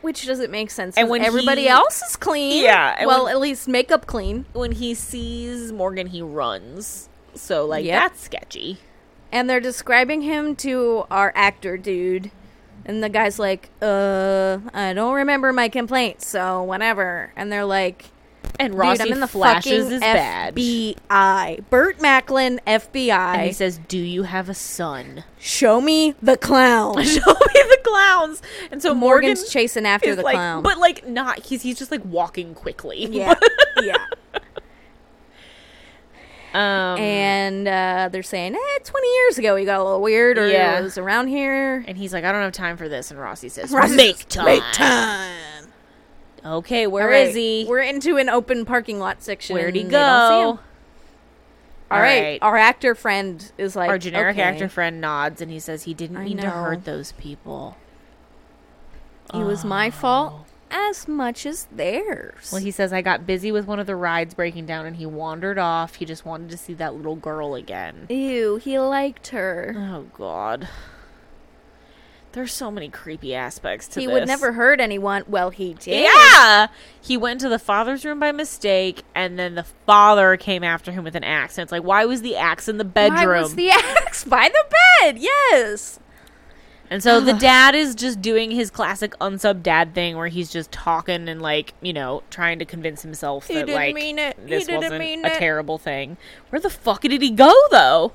Speaker 2: Which doesn't make sense.
Speaker 1: And
Speaker 2: And
Speaker 1: when
Speaker 2: when everybody
Speaker 1: he-
Speaker 2: else is clean.
Speaker 1: Yeah, and
Speaker 2: Well,
Speaker 1: when-
Speaker 2: at least makeup clean.
Speaker 1: When he sees Morgan, he runs. So like
Speaker 2: Yep.
Speaker 1: that's sketchy.
Speaker 2: And they're describing him to our actor dude. And the guy's like, uh, I don't remember my complaints, so whatever. And they're like,
Speaker 1: And
Speaker 2: dude,
Speaker 1: Rossi
Speaker 2: I'm in the
Speaker 1: flashes
Speaker 2: fucking
Speaker 1: his badge.
Speaker 2: FBI. Burt Macklin, FBI.
Speaker 1: And he says, "Do you have a son?"
Speaker 2: Show me the clown.
Speaker 1: Show me the clowns. And so Morgan
Speaker 2: Morgan's chasing after
Speaker 1: is
Speaker 2: the
Speaker 1: like,
Speaker 2: clown.
Speaker 1: but like not. He's he's just like walking quickly.
Speaker 2: yeah, yeah.
Speaker 1: Um,
Speaker 2: And uh, they're saying, eh, 20 years ago, he got a little weird, or
Speaker 1: Yeah.
Speaker 2: it was around here.
Speaker 1: And he's like, I don't have time for this. And Rossi says,
Speaker 2: Rossi
Speaker 1: Make
Speaker 2: says,
Speaker 1: time.
Speaker 2: Make time.
Speaker 1: Okay, where
Speaker 2: All right,
Speaker 1: is he?
Speaker 2: We're into an open parking lot section.
Speaker 1: Where'd he
Speaker 2: They don't see him.
Speaker 1: go?
Speaker 2: All right. Our actor friend is like
Speaker 1: Our generic
Speaker 2: okay.
Speaker 1: actor friend nods and he says he didn't
Speaker 2: I
Speaker 1: mean to
Speaker 2: know.
Speaker 1: hurt those people.
Speaker 2: It was my fault as much as theirs.
Speaker 1: Oh. Well, he says, I got busy with one of the rides breaking down and he wandered off. He just wanted to see that little girl again.
Speaker 2: Ew, he liked her.
Speaker 1: Oh, God. Oh, There's so many creepy aspects to
Speaker 2: He
Speaker 1: this.
Speaker 2: would never hurt anyone. Well, he did.
Speaker 1: Yeah. He went to the father's room by mistake, and then the father came after him with an axe. And it's like, why was the axe in the bedroom?
Speaker 2: Why was the axe by the bed? Yes.
Speaker 1: and so the dad is just doing his classic unsub dad thing where he's just talking and, like, you know, trying to convince himself
Speaker 2: He
Speaker 1: that,
Speaker 2: didn't
Speaker 1: like,
Speaker 2: mean it. He
Speaker 1: this
Speaker 2: didn't
Speaker 1: wasn't
Speaker 2: mean
Speaker 1: a
Speaker 2: it.
Speaker 1: terrible thing. Where the fuck did he go, though?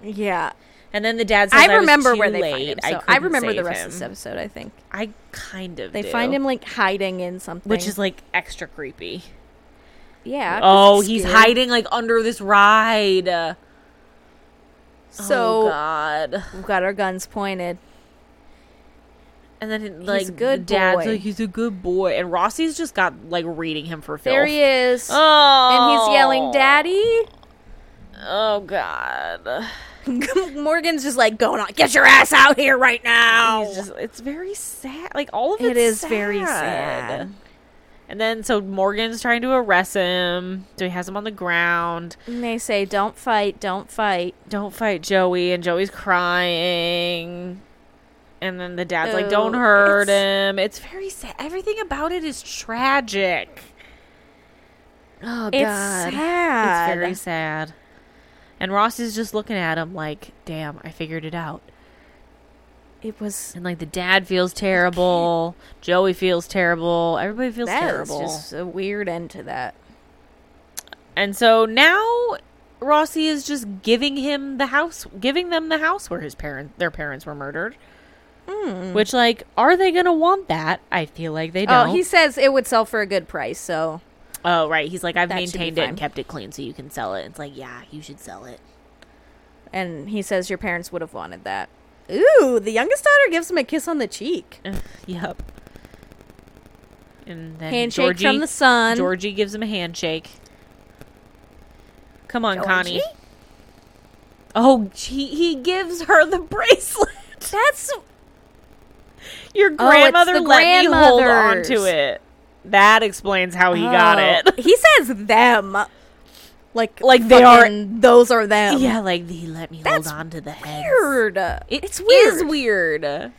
Speaker 2: Yeah.
Speaker 1: And then the dad says,
Speaker 2: I
Speaker 1: was
Speaker 2: remember
Speaker 1: too
Speaker 2: where they find
Speaker 1: late.
Speaker 2: him.
Speaker 1: I,
Speaker 2: So I,
Speaker 1: couldn't
Speaker 2: remember the
Speaker 1: save
Speaker 2: rest
Speaker 1: him."
Speaker 2: of this episode, I think.
Speaker 1: I kind of
Speaker 2: They
Speaker 1: do.
Speaker 2: find him like hiding in something.
Speaker 1: Which is like extra creepy.
Speaker 2: yeah. 'cause
Speaker 1: Oh, he's
Speaker 2: scared.
Speaker 1: hiding like under this ride.
Speaker 2: So
Speaker 1: oh, God.
Speaker 2: we've got our guns pointed.
Speaker 1: And then it, like
Speaker 2: a good
Speaker 1: the dad's
Speaker 2: boy.
Speaker 1: like he's a good boy, and Rossi's just got like reading him for filth.
Speaker 2: There he is.
Speaker 1: Oh,
Speaker 2: And he's yelling, Daddy.
Speaker 1: Oh God,
Speaker 2: Morgan's just like, go on, get your ass out here right now.
Speaker 1: he's just, it's very sad. Like all of it's
Speaker 2: it is very sad.
Speaker 1: And then so Morgan's trying to arrest him, so he has him on the ground.
Speaker 2: And they say, don't fight, don't fight.
Speaker 1: Don't fight Joey, and Joey's crying. And then the dad's like,
Speaker 2: Oh,
Speaker 1: "Don't hurt
Speaker 2: it's-
Speaker 1: him." It's very sad. Everything about it is tragic. Oh
Speaker 2: It's
Speaker 1: God.
Speaker 2: sad.
Speaker 1: It's very sad. And Ross is just looking at him like, damn, I figured it out.
Speaker 2: It was
Speaker 1: And like the dad feels terrible. Joey feels terrible. Everybody feels
Speaker 2: that was
Speaker 1: terrible.
Speaker 2: just a weird end to that.
Speaker 1: And so now Rossi is just giving him the house giving them the house where his parents their parents were murdered. Which like, are they gonna want that? I feel like they don't.
Speaker 2: Hmm. Oh, he says it would sell for a good price, so
Speaker 1: Oh, right. He's like, I've
Speaker 2: That should be
Speaker 1: maintained it
Speaker 2: fine.
Speaker 1: and kept it clean so you can sell it. It's like, yeah, you should sell it.
Speaker 2: and he says your parents would have wanted that. Ooh, the youngest daughter gives him a kiss on the cheek.
Speaker 1: yep. And then
Speaker 2: Handshake
Speaker 1: Georgie,
Speaker 2: from the sun.
Speaker 1: Georgie gives him a handshake. Come on,
Speaker 2: Georgie?
Speaker 1: Connie. Oh, he, he gives her the bracelet.
Speaker 2: That's
Speaker 1: Your
Speaker 2: Oh, it's
Speaker 1: grandmother
Speaker 2: the
Speaker 1: let me hold on
Speaker 2: grandmother's.
Speaker 1: to it. That explains how he got
Speaker 2: Oh.
Speaker 1: it.
Speaker 2: He says them. Like
Speaker 1: Like they are-
Speaker 2: fucking those are them.
Speaker 1: yeah, like he let me
Speaker 2: That's
Speaker 1: hold on to the head.
Speaker 2: Weird.
Speaker 1: it's weird. Is weird. And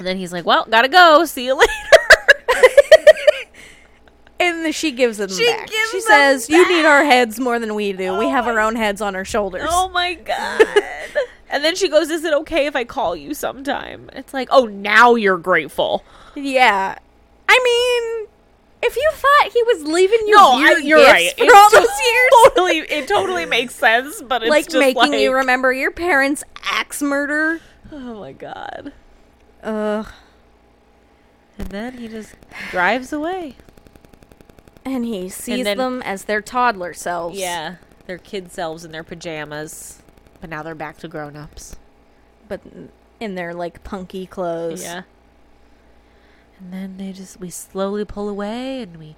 Speaker 1: then he's like, "Well, gotta go. See you later."
Speaker 2: And then she gives them
Speaker 1: She
Speaker 2: back.
Speaker 1: gives
Speaker 2: she
Speaker 1: them
Speaker 2: says, "You need
Speaker 1: back.
Speaker 2: our heads more than we do. we
Speaker 1: Oh
Speaker 2: have our
Speaker 1: my-
Speaker 2: own heads on our shoulders."
Speaker 1: Oh my god. and then she goes, Is it okay if I call you sometime? It's like, Oh, now you're grateful.
Speaker 2: Yeah, I mean, if you thought he was leaving you,
Speaker 1: No, I,
Speaker 2: weird
Speaker 1: you're
Speaker 2: gifts
Speaker 1: right.
Speaker 2: for
Speaker 1: It
Speaker 2: all
Speaker 1: to-
Speaker 2: those years,
Speaker 1: Totally, it totally makes sense, but it's
Speaker 2: like
Speaker 1: just
Speaker 2: making
Speaker 1: like,
Speaker 2: you remember your parents' axe murder.
Speaker 1: Oh my god.
Speaker 2: Ugh.
Speaker 1: And then he just drives away.
Speaker 2: And he sees
Speaker 1: then-
Speaker 2: them as their toddler selves.
Speaker 1: Yeah. Their kid selves in their pajamas. But now they're back to grown ups.
Speaker 2: but in their like punky clothes.
Speaker 1: Yeah. And then they just we slowly pull away and we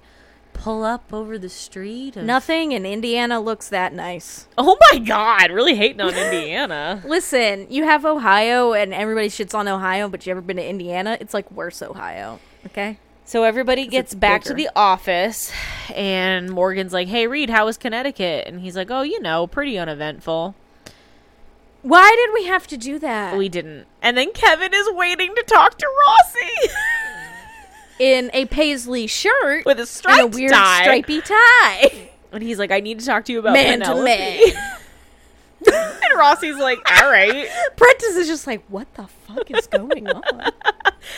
Speaker 1: pull up over the street. of-
Speaker 2: Nothing in Indiana looks that nice.
Speaker 1: Oh my god, really hating on Indiana.
Speaker 2: Listen, you have Ohio and everybody shits on Ohio, but you ever been to Indiana? It's like worse Ohio. Okay?
Speaker 1: So everybody
Speaker 2: it's
Speaker 1: gets back to
Speaker 2: bigger.
Speaker 1: the office, and Morgan's like, "Hey, Reed, how was Connecticut?" And he's like, "Oh, you know, pretty uneventful.
Speaker 2: Why did we have to do that?
Speaker 1: We didn't." And then Kevin is waiting to talk to Rossi
Speaker 2: in a paisley shirt
Speaker 1: with a
Speaker 2: and
Speaker 1: striped
Speaker 2: a weird
Speaker 1: tie,
Speaker 2: stripy tie.
Speaker 1: and he's like, "I need to talk to you about
Speaker 2: man to
Speaker 1: Penelope."
Speaker 2: man.
Speaker 1: and Rossi's like, "All right."
Speaker 2: Prentice is just like, what the fuck is going on?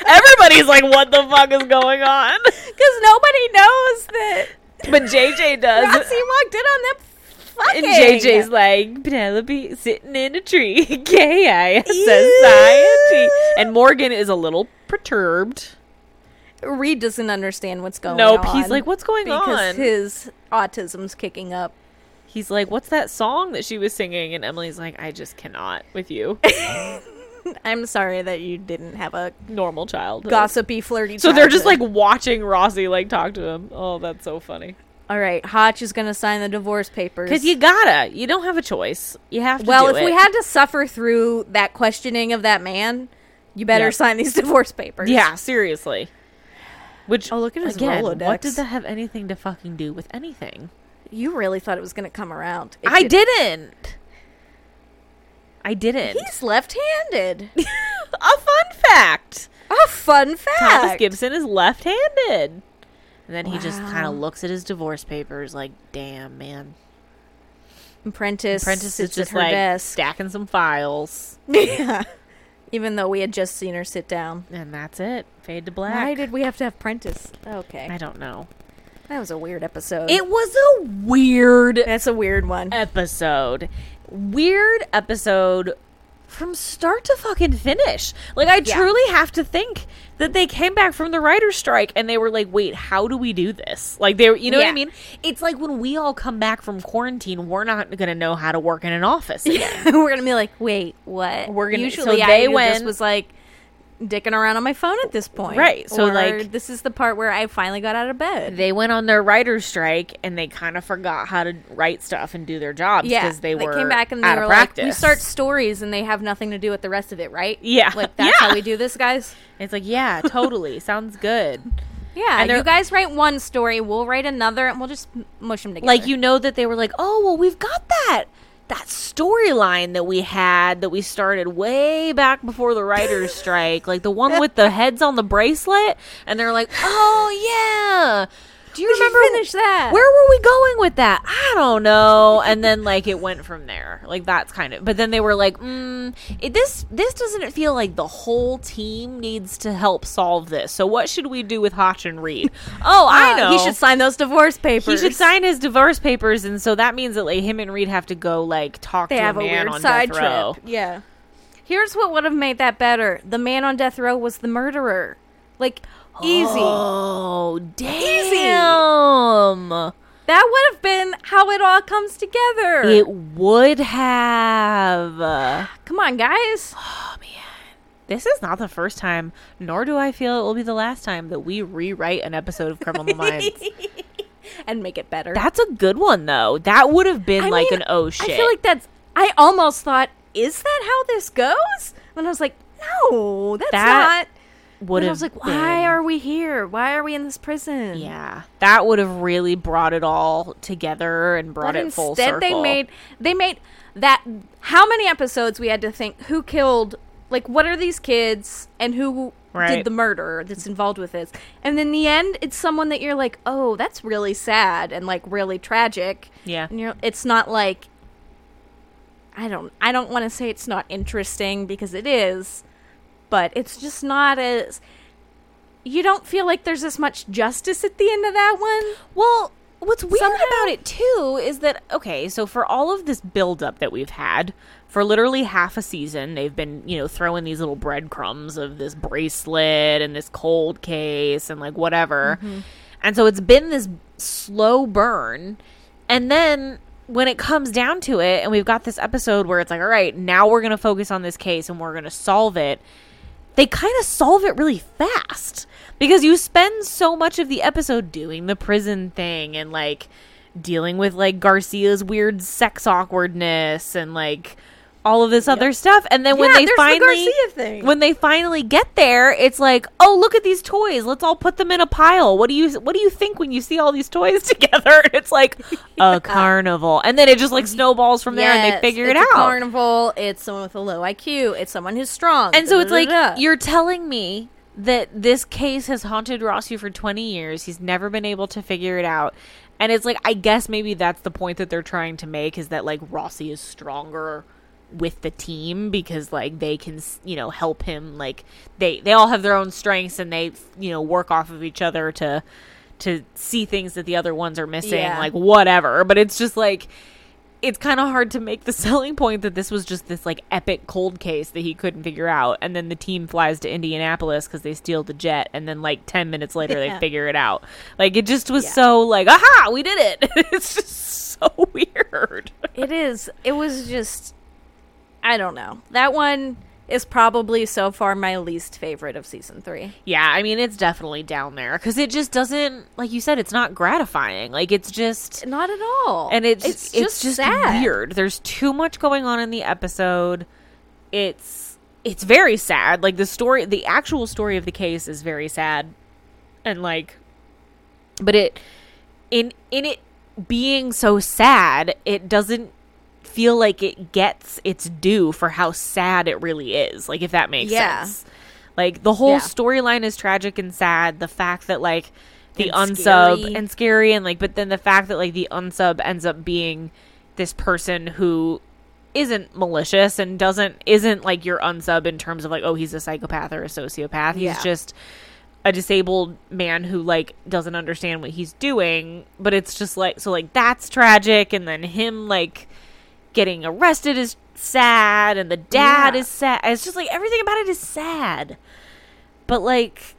Speaker 1: Everybody's like, "What the fuck is going on?"
Speaker 2: Because nobody knows that
Speaker 1: But JJ does.
Speaker 2: Rossi walked in on them fucking.
Speaker 1: And JJ's like, Penelope sitting in a tree, gay eye
Speaker 2: Ew.
Speaker 1: society. And Morgan is a little perturbed.
Speaker 2: Reed doesn't understand what's going
Speaker 1: Nope.
Speaker 2: on.
Speaker 1: He's like, what's going
Speaker 2: because
Speaker 1: on?
Speaker 2: his autism's kicking up.
Speaker 1: he's like, what's that song that she was singing? And Emily's like, I just cannot with you,
Speaker 2: I'm sorry that you didn't have a
Speaker 1: normal child.
Speaker 2: gossipy, flirty.
Speaker 1: So they're just like
Speaker 2: childhood.
Speaker 1: watching Rossi like talk to him. Oh, that's so funny.
Speaker 2: "All right, Hotch is going to sign the divorce papers."
Speaker 1: Because you gotta, you don't have a choice. You have to.
Speaker 2: well,
Speaker 1: do
Speaker 2: if we
Speaker 1: it.
Speaker 2: had to suffer through that questioning of that man, you better
Speaker 1: Yeah.
Speaker 2: sign these divorce papers.
Speaker 1: yeah, seriously. Which
Speaker 2: Oh, look at his
Speaker 1: again,
Speaker 2: Rolodex.
Speaker 1: what does that have anything to fucking do with anything?
Speaker 2: you really thought it was going to come around. It
Speaker 1: I
Speaker 2: didn't.
Speaker 1: didn't. I didn't.
Speaker 2: He's left-handed.
Speaker 1: a fun fact.
Speaker 2: A fun fact.
Speaker 1: Thomas Gibson is left-handed. And then he just
Speaker 2: Wow.
Speaker 1: kind of looks at his divorce papers like, "Damn, man."
Speaker 2: Prentice.
Speaker 1: Prentice is
Speaker 2: sits at
Speaker 1: just
Speaker 2: her
Speaker 1: like
Speaker 2: desk.
Speaker 1: stacking some files,
Speaker 2: yeah. Even though we had just seen her sit down.
Speaker 1: and that's it. Fade to black.
Speaker 2: Why did we have to have Prentice? Okay.
Speaker 1: I don't know.
Speaker 2: That was a weird episode.
Speaker 1: It was a weird
Speaker 2: That's a weird one.
Speaker 1: episode. Weird episode from start to fucking finish. Like I
Speaker 2: Yeah.
Speaker 1: truly have to think that they came back from the writer's strike and they were like, "Wait, how do we do this?" Like they were, you know what I
Speaker 2: Yeah.
Speaker 1: mean? It's like when we all come back from quarantine, we're not going to know how to work in an office.
Speaker 2: we're gonna be like, wait, what?
Speaker 1: We're gonna-
Speaker 2: usually
Speaker 1: so
Speaker 2: I
Speaker 1: they
Speaker 2: either just
Speaker 1: went-
Speaker 2: was like dicking around on my phone at this point,
Speaker 1: Right, so,
Speaker 2: Or
Speaker 1: like-
Speaker 2: this is the part where I finally got out of bed.
Speaker 1: They went on their writer's strike and they kind of forgot how to write stuff and do their jobs
Speaker 2: yeah,
Speaker 1: because they were
Speaker 2: came back and
Speaker 1: out
Speaker 2: they
Speaker 1: of
Speaker 2: were
Speaker 1: practice.
Speaker 2: like, we start stories and they have nothing to do with the rest of it, right?
Speaker 1: Yeah.
Speaker 2: like that's
Speaker 1: Yeah.
Speaker 2: how we do this, guys.
Speaker 1: It's like, yeah, totally. Sounds good.
Speaker 2: Yeah,
Speaker 1: And they're-
Speaker 2: you guys write one story, we'll write another, and we'll just m- mush them together.
Speaker 1: like you know that they were like oh well we've got that that storyline that we had that we started way back before the writers strike like the one with the heads on the bracelet and they're like oh yeah do you
Speaker 2: We should
Speaker 1: remember
Speaker 2: finish that.
Speaker 1: where were we going with that i don't know and then like it went from there like that's kind of but then they were like mm, it, this this doesn't feel like the whole team needs to help solve this so what should we do with hotch and reed oh i
Speaker 2: Uh,
Speaker 1: know
Speaker 2: he should sign those divorce papers.
Speaker 1: he should sign his divorce papers, and so that means that like him and Reed have to go like talk
Speaker 2: They
Speaker 1: to
Speaker 2: have
Speaker 1: a
Speaker 2: a
Speaker 1: man
Speaker 2: weird
Speaker 1: on
Speaker 2: side
Speaker 1: death row.
Speaker 2: trip. Yeah. Here's what would have made that better: the man on death row was the murderer. Like easy.
Speaker 1: Oh damn!
Speaker 2: That would have been how it all comes together.
Speaker 1: It would have.
Speaker 2: Come on, guys.
Speaker 1: This is not the first time, nor do I feel it will be the last time that we rewrite an episode of Criminal Minds.
Speaker 2: and make it better.
Speaker 1: That's a good one though. That would have been
Speaker 2: I
Speaker 1: like
Speaker 2: mean,
Speaker 1: an oh shit.
Speaker 2: I feel like that's. I almost thought, is that how this goes? And I was like, no, that's
Speaker 1: That
Speaker 2: not.
Speaker 1: would
Speaker 2: and I
Speaker 1: have
Speaker 2: was like,
Speaker 1: been-
Speaker 2: why are we here? Why are we in this prison?
Speaker 1: yeah, that would have really brought it all together and brought
Speaker 2: But
Speaker 1: it full
Speaker 2: instead,
Speaker 1: circle.
Speaker 2: they made they made that. How many episodes we had to think who killed? Like, what are these kids and who
Speaker 1: Right.
Speaker 2: did the murder that's involved with this? And in the end, it's someone that you're like, oh, that's really sad and like really tragic.
Speaker 1: yeah.
Speaker 2: And you're, it's not like I don't I don't want to say it's not interesting because it is, but it's just not as you don't feel like there's as much justice at the end of that one.
Speaker 1: Well, what's weird
Speaker 2: Somehow-
Speaker 1: about it too is that okay, so for all of this buildup that we've had for literally half a season, they've been you know throwing these little breadcrumbs of this bracelet and this cold case and like whatever, and so it's been this slow burn, and then. When it comes down to it, and we've got this episode where it's like, all right, now we're going to focus on this case and we're going to solve it they kind of solve it really fast because you spend so much of the episode doing the prison thing and like dealing with like Garcia's weird sex awkwardness and like all of this other stuff and then when
Speaker 2: Yeah,
Speaker 1: they
Speaker 2: there's the
Speaker 1: finally
Speaker 2: Garcia thing.
Speaker 1: when they finally get there it's like oh look at these toys let's all put them in a pile what do you what do you think when you see all these toys together it's like a carnival and then it just like snowballs from there and they
Speaker 2: Yes,
Speaker 1: figure it
Speaker 2: it's a
Speaker 1: out
Speaker 2: Carnival. It's someone with a low IQ. It's someone who's strong.
Speaker 1: And so it's like
Speaker 2: da-da-da-da.
Speaker 1: you're telling me that this case has haunted Rossi for 20 years. He's never been able to figure it out. And it's like I guess maybe that's the point that they're trying to make is that like Rossi is stronger with the team because like they can, s- you know, help him like they they all have their own strengths and they, you know, work off of each other to to see things that the other ones are missing
Speaker 2: Yeah.
Speaker 1: like whatever. But it's just like it's kind of hard to make the selling point that this was just this like epic cold case that he couldn't figure out and then the team flies to indianapolis because they steal the jet and then like 10 minutes later they
Speaker 2: Yeah.
Speaker 1: figure it out like it just was
Speaker 2: Yeah.
Speaker 1: so like aha we did it it's just so weird
Speaker 2: it is. It was just. I don't know. That one is probably so far my least favorite of season three.
Speaker 1: yeah i mean it's definitely down there because it just doesn't like you said it's not gratifying like it's just
Speaker 2: Not at all.
Speaker 1: and it's it's just,
Speaker 2: sad.
Speaker 1: weird. There's too much going on in the episode. It's it's very sad. Like the story, the actual story of the case is very sad, and like, but it in in it being so sad, it doesn't feel like it gets its due for how sad it really is. Like if that makes
Speaker 2: Yeah.
Speaker 1: sense. Like the whole
Speaker 2: Yeah.
Speaker 1: storyline is tragic and sad. The fact that like the
Speaker 2: And
Speaker 1: unsub
Speaker 2: scary.
Speaker 1: and scary and like but then the fact that like the unsub ends up being this person who isn't malicious and doesn't isn't like your unsub in terms of like oh he's a psychopath or a sociopath. He's
Speaker 2: Yeah.
Speaker 1: just a disabled man who like doesn't understand what he's doing, but it's just like so like that's tragic and then him like getting arrested is sad and the dad
Speaker 2: Yeah.
Speaker 1: is sad. It's just like everything about it is sad. But like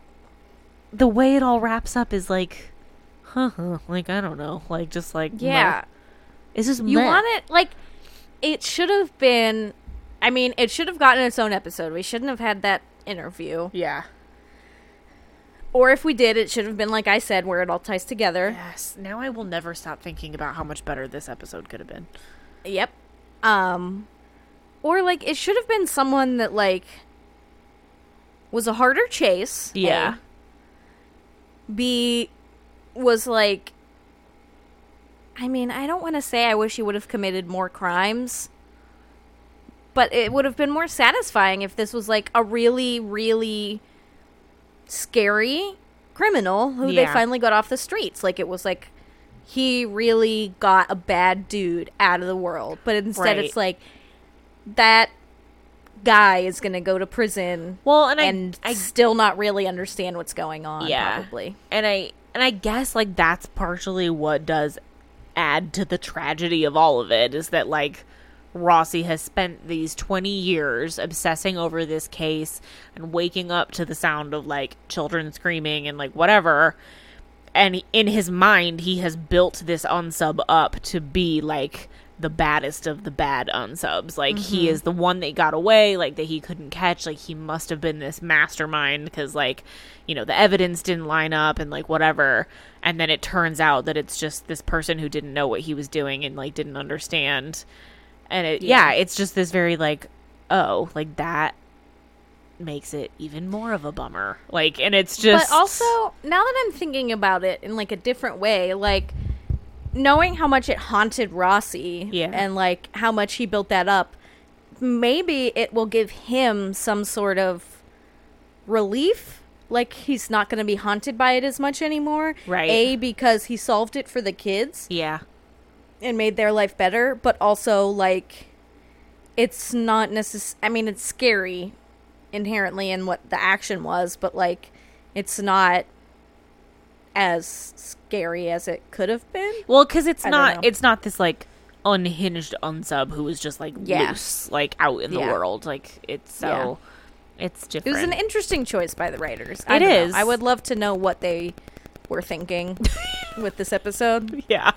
Speaker 1: the way it all wraps up is like huh, huh like I don't know, like just like meh.
Speaker 2: Yeah.
Speaker 1: It's just
Speaker 2: You
Speaker 1: meh.
Speaker 2: want it like it should have been I mean, it should have gotten its own episode. We shouldn't have had that interview.
Speaker 1: Yeah.
Speaker 2: Or if we did, it should have been like I said where it all ties together.
Speaker 1: Yes. Now I will never stop thinking about how much better this episode could have been.
Speaker 2: Yep. Um or like it should have been someone that like was a harder chase. A.
Speaker 1: Yeah.
Speaker 2: B was like I mean, I don't want to say I wish he would have committed more crimes, but it would have been more satisfying if this was like a really really scary criminal who they
Speaker 1: Yeah.
Speaker 2: finally got off the streets. Like it was like he really got a bad dude out of the world, but instead
Speaker 1: Right.
Speaker 2: it's like that guy is going to go to prison
Speaker 1: Well, and I
Speaker 2: and
Speaker 1: I
Speaker 2: still not really understand what's going on.
Speaker 1: Yeah.
Speaker 2: probably.
Speaker 1: and I and I guess like that's partially what does add to the tragedy of all of it is that like Rossi has spent these 20 years obsessing over this case and waking up to the sound of like children screaming and like whatever and in his mind he has built this unsub up to be like the baddest of the bad unsubs like
Speaker 2: Mm-hmm.
Speaker 1: he is the one that got away like that he couldn't catch like he must have been this mastermind because like you know the evidence didn't line up and like whatever and then it turns out that it's just this person who didn't know what he was doing and like didn't understand and it yeah,
Speaker 2: Yeah.
Speaker 1: it's just this very like oh like that makes it even more of a bummer like and it's just
Speaker 2: But also, now that I'm thinking about it in like a different way, like knowing how much it haunted Rossi
Speaker 1: Yeah.
Speaker 2: and like how much he built that up, maybe it will give him some sort of relief. Like he's not going to be haunted by it as much anymore.
Speaker 1: Right.
Speaker 2: A because he solved it for the kids
Speaker 1: yeah
Speaker 2: and made their life better, but also like it's not necess I mean it's scary inherently in what the action was, but like it's not as scary as it could have been.
Speaker 1: Well, because it's
Speaker 2: I don't
Speaker 1: not
Speaker 2: know.
Speaker 1: it's not this like unhinged unsub who is just like
Speaker 2: Yeah.
Speaker 1: loose, like out in the
Speaker 2: Yeah.
Speaker 1: world. Like it's so it's
Speaker 2: It
Speaker 1: different.
Speaker 2: was an interesting choice by the writers.
Speaker 1: It
Speaker 2: I don't know.
Speaker 1: is.
Speaker 2: I would love to know what they were thinking with this episode.
Speaker 1: yeah.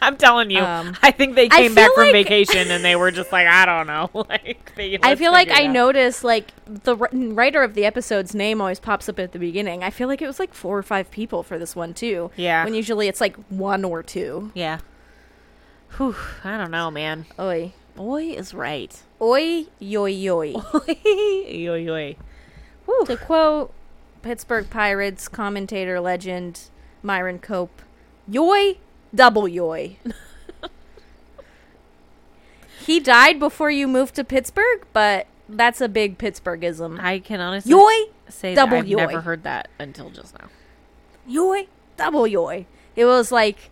Speaker 1: I'm telling you,
Speaker 2: Um,
Speaker 1: I think they
Speaker 2: I
Speaker 1: came back
Speaker 2: feel
Speaker 1: from
Speaker 2: like-
Speaker 1: vacation and they were just like, I don't know. like, they,
Speaker 2: I
Speaker 1: let's
Speaker 2: feel like
Speaker 1: figure
Speaker 2: I
Speaker 1: it out.
Speaker 2: noticed like the wr- writer of the episode's name always pops up at the beginning. I feel like it was like four or five people for this one too.
Speaker 1: Yeah.
Speaker 2: When usually it's like one or two.
Speaker 1: Yeah. Whew, I don't know, man.
Speaker 2: Oi.
Speaker 1: Boy is right.
Speaker 2: Oi, yoi, yoi.
Speaker 1: yo yo.
Speaker 2: to quote Pittsburgh Pirates commentator legend Myron Cope, yoi, double yoi. he died before you moved to Pittsburgh, but that's a big Pittsburghism.
Speaker 1: I can honestly
Speaker 2: Yoi,
Speaker 1: say
Speaker 2: double
Speaker 1: that I've
Speaker 2: yoy.
Speaker 1: never heard that until just now.
Speaker 2: yoi, double yoi. It was like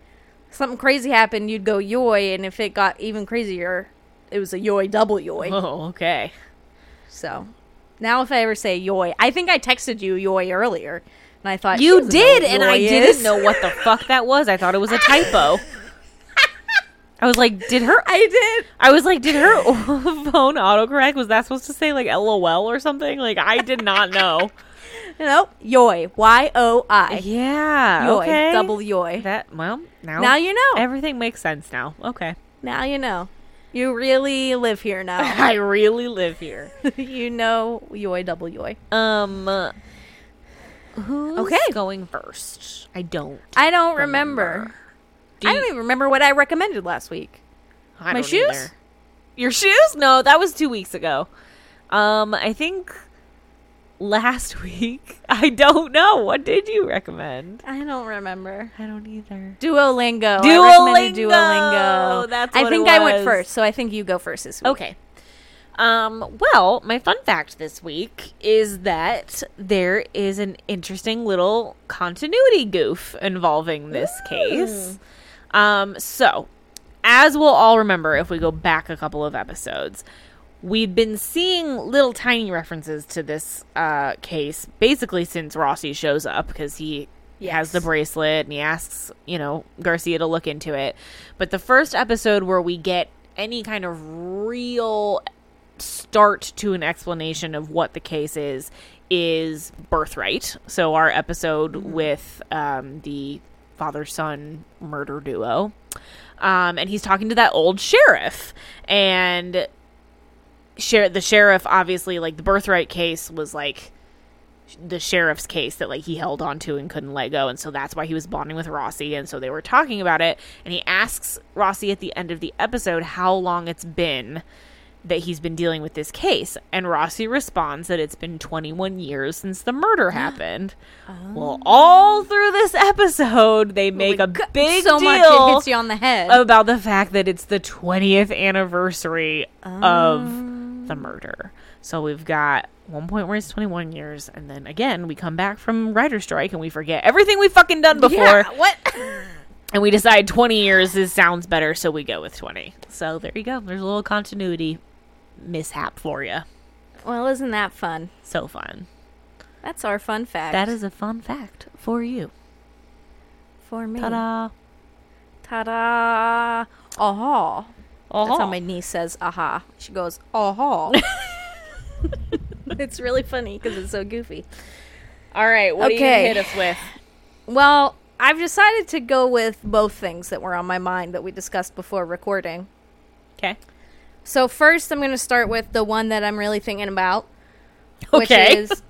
Speaker 2: something crazy happened, you'd go yoi, and if it got even crazier, it was a yoi, double yoi.
Speaker 1: Oh, okay.
Speaker 2: So now if I ever say yoi, I think I texted you yoi earlier. And I thought she
Speaker 1: You
Speaker 2: doesn't know
Speaker 1: did,
Speaker 2: what
Speaker 1: and I
Speaker 2: yoi
Speaker 1: didn't
Speaker 2: is.
Speaker 1: know what the fuck that was. I thought it was a typo. I was like, did her?
Speaker 2: I did.
Speaker 1: I was like, did her phone autocorrect? Was that supposed to say like LOL or something? Like, I did not know.
Speaker 2: Nope. Yoi. Y O I.
Speaker 1: yeah.
Speaker 2: Yoi.
Speaker 1: Okay.
Speaker 2: Double yoi.
Speaker 1: that. Well, now
Speaker 2: Now you know.
Speaker 1: everything makes sense now. Okay.
Speaker 2: now you know. You really live here now.
Speaker 1: I really live here.
Speaker 2: you know yoi double yoi.
Speaker 1: Um. uh, Who's
Speaker 2: Okay.
Speaker 1: going first? I don't.
Speaker 2: I don't remember.
Speaker 1: Do
Speaker 2: I
Speaker 1: you-
Speaker 2: don't even remember what I recommended last week.
Speaker 1: I
Speaker 2: My
Speaker 1: don't
Speaker 2: shoes?
Speaker 1: either. Your shoes? No, that was two weeks ago. Um, I think last week. I don't know. What did you recommend?
Speaker 2: I don't remember.
Speaker 1: I don't either.
Speaker 2: Duolingo. I recommended
Speaker 1: Duolingo!
Speaker 2: Duolingo.
Speaker 1: That's
Speaker 2: I
Speaker 1: what
Speaker 2: think
Speaker 1: it
Speaker 2: I went
Speaker 1: was.
Speaker 2: first, so I think you go first this week.
Speaker 1: Okay. Um, well, my fun fact this week is that there is an interesting little continuity goof involving this case. Um, so, as we'll all remember if we go back a couple of episodes, we've been seeing little tiny references to this uh, case basically since Rossi shows up because he has the
Speaker 2: Yes.
Speaker 1: bracelet and he asks, you know, Garcia to look into it. But the first episode where we get any kind of real start to an explanation of what the case is is birthright so our episode with um, the father son murder duo um, and he's talking to that old sheriff and sher- the sheriff obviously like the birthright case was like the sheriff's case that like he held on to and couldn't let go and so that's why he was bonding with rossi and so they were talking about it and he asks rossi at the end of the episode how long it's been that he's been dealing with this case and rossi responds that it's been 21 years since the murder happened well all through this episode they make
Speaker 2: my
Speaker 1: a
Speaker 2: God,
Speaker 1: big
Speaker 2: so
Speaker 1: deal Oh,
Speaker 2: much it hits you on the head.
Speaker 1: about the fact that it's the 20th anniversary
Speaker 2: Oh.
Speaker 1: of the murder. So we've got one point where it's 21 years, and then again, we come back from writer strike and we forget everything we've fucking done before,
Speaker 2: Yeah, what?
Speaker 1: and we decide 20 years is, sounds better, so we go with 20. So there you go. There's a little continuity mishap for you.
Speaker 2: well, isn't that fun?
Speaker 1: So fun.
Speaker 2: That's our fun fact.
Speaker 1: That is a fun fact for you.
Speaker 2: for me.
Speaker 1: Ta da!
Speaker 2: Ta-da! Aha! That's how my niece says aha. She goes aha. it's really funny because it's so goofy.
Speaker 1: All right, what
Speaker 2: Okay.
Speaker 1: do you hit us with?
Speaker 2: Well, I've decided to go with both things that were on my mind that we discussed before recording.
Speaker 1: Okay.
Speaker 2: So first, I'm going to start with the one that I'm really thinking about, which
Speaker 1: Okay.
Speaker 2: is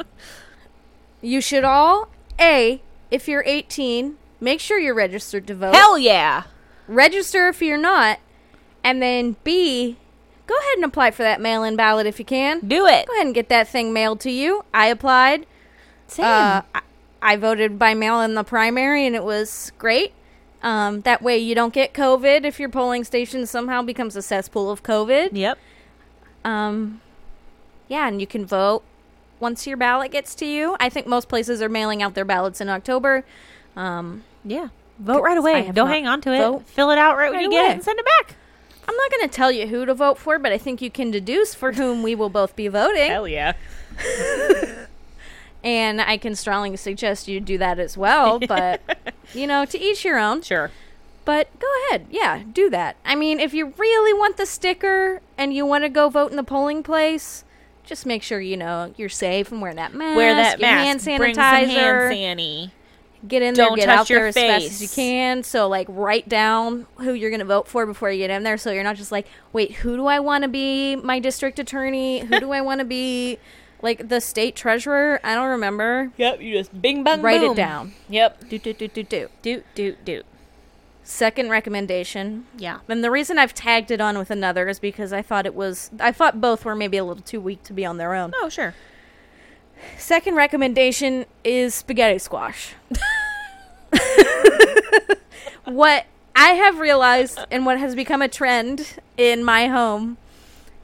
Speaker 2: you should all a if you're 18, make sure you're registered to vote.
Speaker 1: Hell yeah!
Speaker 2: register if you're not, and then B, go ahead and apply for that mail-in ballot if you can.
Speaker 1: Do it.
Speaker 2: Go ahead and get that thing mailed to you. I applied. Uh, I, I voted by mail in the primary, and it was great. Um, that way, you don't get COVID if your polling station somehow becomes a cesspool of COVID.
Speaker 1: yep.
Speaker 2: Um, yeah, and you can vote once your ballot gets to you. I think most places are mailing out their ballots in October. Um,
Speaker 1: Yeah. Vote right
Speaker 2: I
Speaker 1: away.
Speaker 2: have
Speaker 1: Don't
Speaker 2: not-
Speaker 1: hang on to it.
Speaker 2: vote
Speaker 1: Fill it out right when
Speaker 2: right
Speaker 1: you get
Speaker 2: away.
Speaker 1: it and send it back.
Speaker 2: I'm not going to tell you who to vote for, but I think you can deduce for whom we will both be voting.
Speaker 1: yeah.
Speaker 2: And I can strongly suggest you do that as well, but, you know, to each your own.
Speaker 1: Sure.
Speaker 2: But go ahead. Yeah, do that. I mean, if you really want the sticker and you want to go vote in the polling place, just make sure you know you're safe and wear that mask.
Speaker 1: Wear that
Speaker 2: your
Speaker 1: mask.
Speaker 2: Uh, Hand
Speaker 1: Bring
Speaker 2: sanitizer.
Speaker 1: some hand sanny.
Speaker 2: get in
Speaker 1: Don't
Speaker 2: there, get
Speaker 1: touch
Speaker 2: out
Speaker 1: your
Speaker 2: there as fast as you
Speaker 1: face.
Speaker 2: can. So like write down who you're going to vote for before you get in there, so you're not just like, wait, who do I want to be my district attorney? Who do I want to be like the state treasurer? I don't remember.
Speaker 1: Yep. You just bing bang
Speaker 2: Write it
Speaker 1: boom.
Speaker 2: down.
Speaker 1: Yep.
Speaker 2: Do do do do do.
Speaker 1: Doot doot doot.
Speaker 2: Second recommendation.
Speaker 1: Yeah.
Speaker 2: And the reason I've tagged it on with another is because I thought it was I thought both were maybe a little too weak to be on their own.
Speaker 1: Oh sure.
Speaker 2: Second recommendation is spaghetti squash. what I have realized and what has become a trend in my home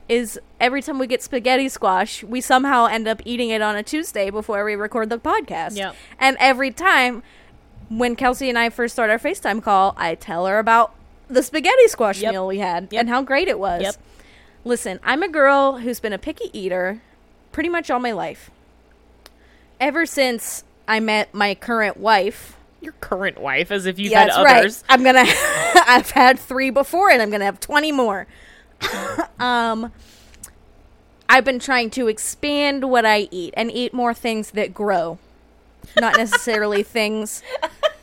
Speaker 2: is every time we get spaghetti squash, we somehow end up eating it on a Tuesday before we record the podcast.
Speaker 1: Yep.
Speaker 2: And every time when Kelsey and I first start our FaceTime call, I tell her about the spaghetti squash
Speaker 1: Yep.
Speaker 2: meal we had
Speaker 1: Yep.
Speaker 2: and how great it was.
Speaker 1: Yep.
Speaker 2: Listen, I'm a girl who's been a picky eater pretty much all my life. Ever since I met my current wife.
Speaker 1: Your current wife, as if you've
Speaker 2: Yeah,
Speaker 1: had
Speaker 2: that's
Speaker 1: others.
Speaker 2: right. I'm gonna. I've had three before, and I'm gonna have twenty more. um, I've been trying to expand what I eat and eat more things that grow, not necessarily things.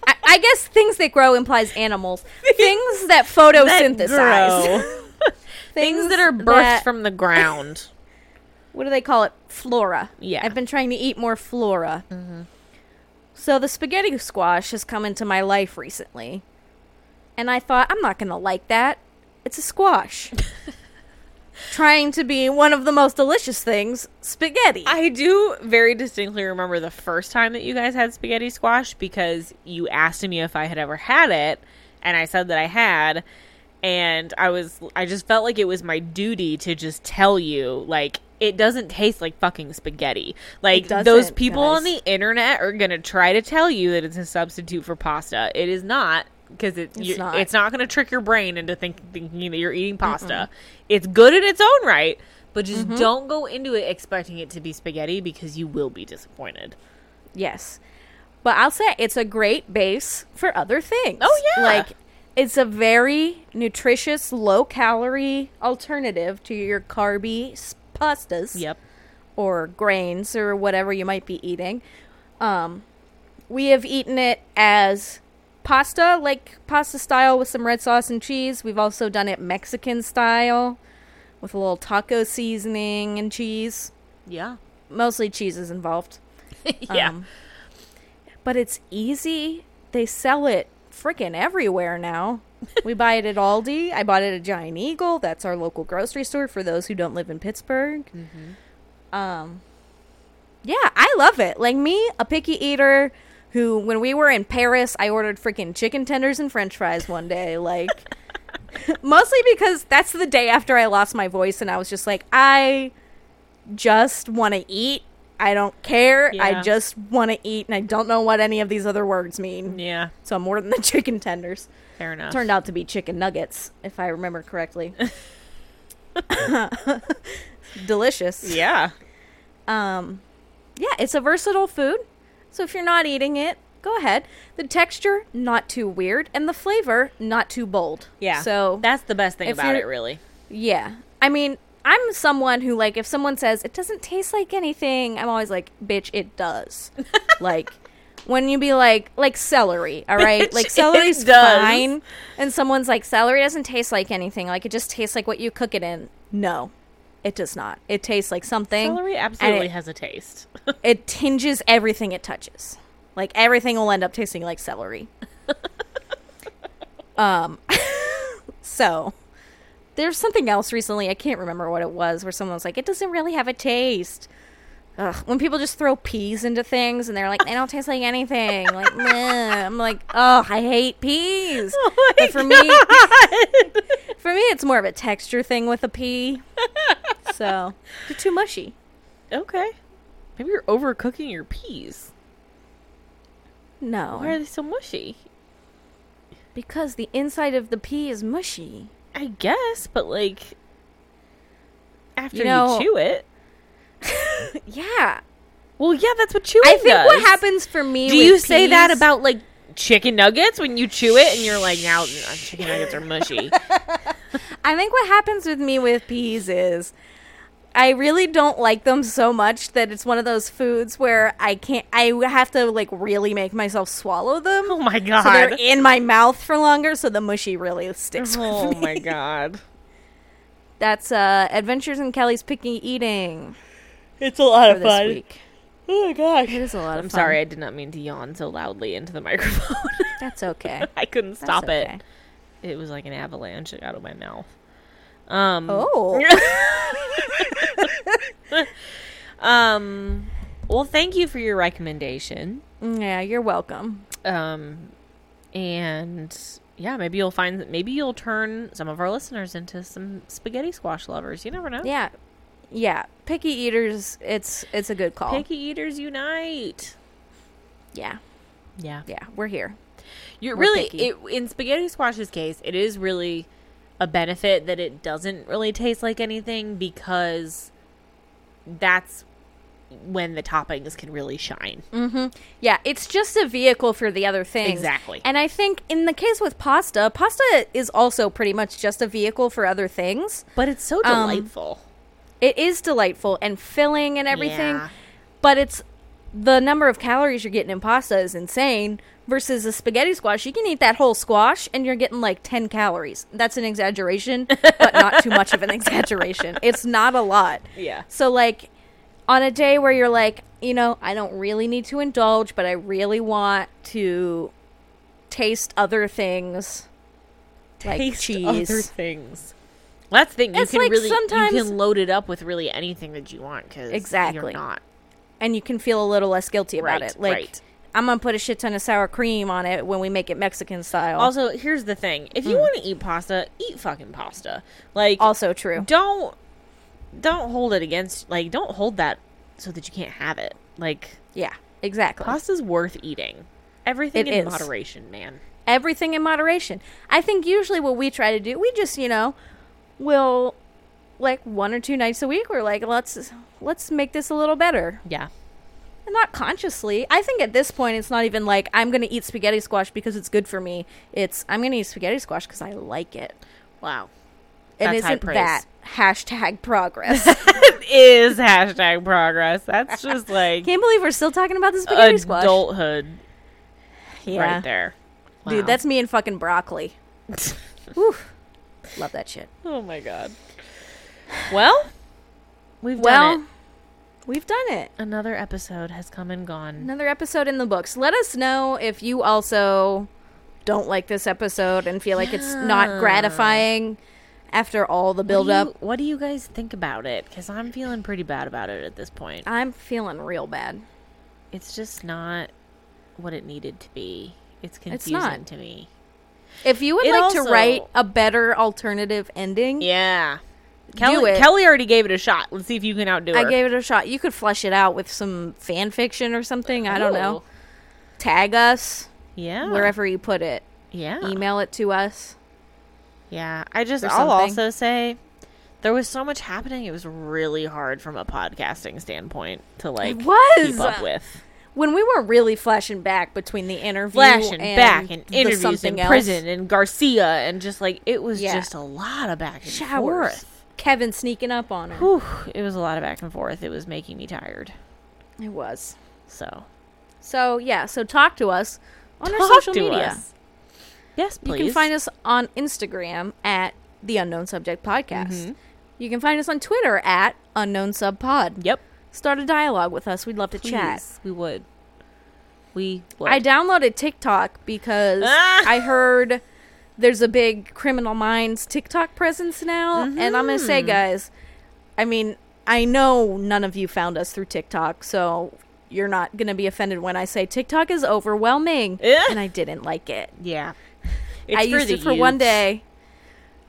Speaker 2: I, I guess things that grow implies animals. Things that photosynthesize.
Speaker 1: Grow. Things that are birthed
Speaker 2: that-
Speaker 1: from the ground.
Speaker 2: what do they call it? Flora.
Speaker 1: Yeah. Mm-hmm.
Speaker 2: I've been trying to eat more flora. So the spaghetti squash has come into my life recently. And I thought, I'm not going to like that. It's a squash. trying to be one of the most delicious things spaghetti.
Speaker 1: I do very distinctly remember the first time that you guys had spaghetti squash because you asked me if I had ever had it, and I said that I had, and I was I just felt like it was my duty to just tell you like it doesn't taste like fucking spaghetti. Like
Speaker 2: doesn't,
Speaker 1: those people on
Speaker 2: guys.
Speaker 1: the internet are going to try to tell you that it's a substitute for pasta. It is not because it, it's
Speaker 2: not.
Speaker 1: not, it's not going to trick your brain into think, thinking that you're eating pasta. It's good in its own right, but just
Speaker 2: Mm-hmm.
Speaker 1: don't go into it expecting it to be spaghetti because you will be disappointed.
Speaker 2: Yes. But I'll say it's a great base for other things.
Speaker 1: Oh, yeah.
Speaker 2: Like it's a very nutritious, low calorie alternative to your carby s- pastas
Speaker 1: Yep.
Speaker 2: or grains or whatever you might be eating. Um, we have eaten it as pasta, like pasta style with some red sauce and cheese. We've also done it Mexican style with a little taco seasoning and cheese.
Speaker 1: Yeah.
Speaker 2: Mostly cheese is involved.
Speaker 1: yeah.
Speaker 2: Um, but it's easy. They sell it freaking everywhere now. we buy it at Aldi. I bought it at Giant Eagle. That's our local grocery store for those who don't live in Pittsburgh. Um, yeah, I love it. Like me, a picky eater who, when we were in Paris, I ordered freaking chicken tenders and french fries one day. Like, mostly because that's the day after I lost my voice and I was just like, I just want to eat. I don't care. I
Speaker 1: Yeah.
Speaker 2: just want to eat and I don't know what any of these other words mean.
Speaker 1: yeah.
Speaker 2: So I'm ordering the chicken tenders.
Speaker 1: Fair enough.
Speaker 2: Turned out to be chicken nuggets, if I remember correctly. Delicious.
Speaker 1: yeah.
Speaker 2: Um, yeah, it's a versatile food. So if you're not eating it, go ahead. The texture, not too weird, and the flavor, not too bold.
Speaker 1: Yeah.
Speaker 2: So
Speaker 1: that's the best thing
Speaker 2: if
Speaker 1: about
Speaker 2: you're-
Speaker 1: it, really.
Speaker 2: yeah. I mean, I'm someone who like if someone says it doesn't taste like anything, I'm always like, bitch, it does. like when you be like like celery, all right?
Speaker 1: Bitch,
Speaker 2: like
Speaker 1: it
Speaker 2: celery's
Speaker 1: does.
Speaker 2: fine. And someone's like celery doesn't taste like anything. Like it just tastes like what you cook it in. No. It does not. It tastes like something.
Speaker 1: Celery
Speaker 2: and
Speaker 1: absolutely
Speaker 2: it,
Speaker 1: has a taste.
Speaker 2: it tinges everything it touches. Like everything will end up tasting like celery. um so there's something else recently, I can't remember what it was, where someone was like, It doesn't really have a taste. Ugh, when people just throw peas into things and they're like, they don't taste like anything. Like, meh. I'm like, oh, I hate peas.
Speaker 1: Oh my
Speaker 2: but for me, for me, it's more of a texture thing with a pea. so they're too mushy.
Speaker 1: okay. Maybe you're overcooking your peas.
Speaker 2: No,
Speaker 1: Why are they so mushy?
Speaker 2: Because the inside of the pea is mushy.
Speaker 1: I guess, but like after you,
Speaker 2: know-
Speaker 1: chew it.
Speaker 2: Yeah.
Speaker 1: Well, yeah, that's what chewing
Speaker 2: I think
Speaker 1: does.
Speaker 2: what happens for me
Speaker 1: Do
Speaker 2: with
Speaker 1: you say that
Speaker 2: peas-
Speaker 1: about like chicken nuggets when you chew it and you're like, now uh, chicken nuggets are mushy?
Speaker 2: I think what happens with me with peas is I really don't like them so much that it's one of those foods where I can't I have to like really make myself swallow them.
Speaker 1: oh my
Speaker 2: so they're
Speaker 1: god!
Speaker 2: in my mouth for longer, so the mushy really sticks
Speaker 1: oh
Speaker 2: with me.
Speaker 1: my god!
Speaker 2: That's uh Adventures in Kelly's Picky Eating
Speaker 1: It's a lot
Speaker 2: for this week.
Speaker 1: Oh my gosh!
Speaker 2: It is a lot of
Speaker 1: I'm
Speaker 2: fun.
Speaker 1: sorry, I did not mean to yawn so loudly into the microphone.
Speaker 2: That's okay.
Speaker 1: I couldn't
Speaker 2: That's
Speaker 1: stop
Speaker 2: okay.
Speaker 1: it. It was like an avalanche out of my mouth. Um,
Speaker 2: Oh.
Speaker 1: um, well, thank you for your recommendation.
Speaker 2: yeah, you're welcome.
Speaker 1: Um, and yeah, maybe you'll find maybe you'll turn some of our listeners into some spaghetti squash lovers. You never know.
Speaker 2: Yeah. Yeah. Picky eaters, it's it's a good call.
Speaker 1: Picky eaters unite.
Speaker 2: yeah.
Speaker 1: Yeah.
Speaker 2: Yeah. We're here.
Speaker 1: You're
Speaker 2: We're
Speaker 1: really
Speaker 2: picky.
Speaker 1: it, in spaghetti squash's case, it is really a benefit that it doesn't really taste like anything because that's when the toppings can really shine.
Speaker 2: Mm. Yeah, it's just a vehicle for the other things.
Speaker 1: Exactly.
Speaker 2: And I think in the case with pasta, pasta is also pretty much just a vehicle for other things.
Speaker 1: But it's so
Speaker 2: Um,
Speaker 1: delightful.
Speaker 2: It is delightful and filling and everything,
Speaker 1: Yeah.
Speaker 2: but it's the number of calories you're getting in pasta is insane versus a spaghetti squash. You can eat that whole squash and you're getting like 10 calories. That's an exaggeration, but not too much of an exaggeration. It's not a lot.
Speaker 1: yeah.
Speaker 2: So like on a day where you're like, you know, I don't really need to indulge, but I really want to taste other things like
Speaker 1: taste
Speaker 2: cheese.
Speaker 1: other things. Well, that's the thing. You
Speaker 2: It's
Speaker 1: can
Speaker 2: like
Speaker 1: really
Speaker 2: sometimes-
Speaker 1: you can load it up with really anything that you want because
Speaker 2: Exactly.
Speaker 1: you're not
Speaker 2: and you can feel a little less guilty about
Speaker 1: Right,
Speaker 2: it. Like
Speaker 1: right.
Speaker 2: I'm gonna put a shit ton of sour cream on it when we make it Mexican style. Also,
Speaker 1: Also, here's the thing: if you
Speaker 2: Hmm.
Speaker 1: want to eat pasta, eat fucking pasta. Like,
Speaker 2: true.
Speaker 1: don't don't hold it against. Like, don't hold that so that you can't have it. Like,
Speaker 2: Yeah, exactly.
Speaker 1: pasta's worth eating. Everything
Speaker 2: It
Speaker 1: in
Speaker 2: is.
Speaker 1: moderation, man.
Speaker 2: Everything in moderation. I think usually what we try to do, we just you know, will like one or two nights a week. We're like, let's let's make this a little better.
Speaker 1: Yeah.
Speaker 2: And not consciously. I think at this point, it's not even like I'm gonna eat spaghetti squash because it's good for me. It's I'm gonna eat spaghetti squash because I like it.
Speaker 1: Wow.
Speaker 2: And
Speaker 1: That's high
Speaker 2: isn't
Speaker 1: praise.
Speaker 2: that hashtag progress?
Speaker 1: it is hashtag progress. That's just like
Speaker 2: Can't believe we're still talking about the spaghetti squash.
Speaker 1: adulthood
Speaker 2: Yeah.
Speaker 1: right there. Wow.
Speaker 2: Dude, that's me and fucking broccoli. Whew. Love that shit.
Speaker 1: oh my god. Well, we've
Speaker 2: Well,
Speaker 1: done it.
Speaker 2: we've done it.
Speaker 1: Another episode has come and gone.
Speaker 2: Another episode in the books. Let us know if you also don't like this episode and feel like it's
Speaker 1: Yeah.
Speaker 2: not gratifying after all the build up.
Speaker 1: What do you, what do you guys think about it? Because I'm feeling pretty bad about it at this point.
Speaker 2: I'm feeling real bad.
Speaker 1: It's just not what it needed to be. It's confusing
Speaker 2: not.
Speaker 1: to me.
Speaker 2: If you would
Speaker 1: It
Speaker 2: like
Speaker 1: also-
Speaker 2: to write a better alternative ending,
Speaker 1: Yeah. Kelly,
Speaker 2: it.
Speaker 1: Kelly already gave it a shot. Let's see if you can outdo her.
Speaker 2: I gave it a shot. You could flesh it out with some fan fiction or something. I don't know.
Speaker 1: Ooh.
Speaker 2: Tag us
Speaker 1: Yeah.
Speaker 2: wherever you put it.
Speaker 1: Yeah.
Speaker 2: Email it to us.
Speaker 1: Yeah, I just
Speaker 2: or
Speaker 1: I'll
Speaker 2: something.
Speaker 1: also say there was so much happening. It was really hard from a podcasting standpoint to like
Speaker 2: was.
Speaker 1: keep up with
Speaker 2: when we were really flashing back between the interview
Speaker 1: flashing
Speaker 2: and
Speaker 1: back and
Speaker 2: the
Speaker 1: interviews
Speaker 2: something
Speaker 1: in
Speaker 2: else,
Speaker 1: prison and Garcia and just like it was
Speaker 2: Yeah.
Speaker 1: just a lot of back and
Speaker 2: showers,
Speaker 1: forth.
Speaker 2: Kevin sneaking up on her.
Speaker 1: Whew, it was a lot of back and forth. It was making me tired.
Speaker 2: It was
Speaker 1: So
Speaker 2: so yeah. So talk to us on our
Speaker 1: talk
Speaker 2: social
Speaker 1: to
Speaker 2: media.
Speaker 1: us. Yes,
Speaker 2: You
Speaker 1: please.
Speaker 2: can find us on Instagram at the Unknown Subject Podcast.
Speaker 1: Mm-hmm.
Speaker 2: You can find us on Twitter at Unknown Sub Pod.
Speaker 1: Yep.
Speaker 2: Start a dialogue with us. We'd love to chat.
Speaker 1: Please, we would. We would.
Speaker 2: I downloaded TikTok because
Speaker 1: Ah.
Speaker 2: I heard there's a big Criminal Minds TikTok presence now. And I'm going to
Speaker 1: Mm-hmm.
Speaker 2: say, guys, I mean, I know none of you found us through TikTok, so you're not going to be offended when I say TikTok is overwhelming.
Speaker 1: Yeah.
Speaker 2: And I didn't like it.
Speaker 1: yeah. Eh. It's
Speaker 2: I used
Speaker 1: the
Speaker 2: it for one
Speaker 1: youths.
Speaker 2: day,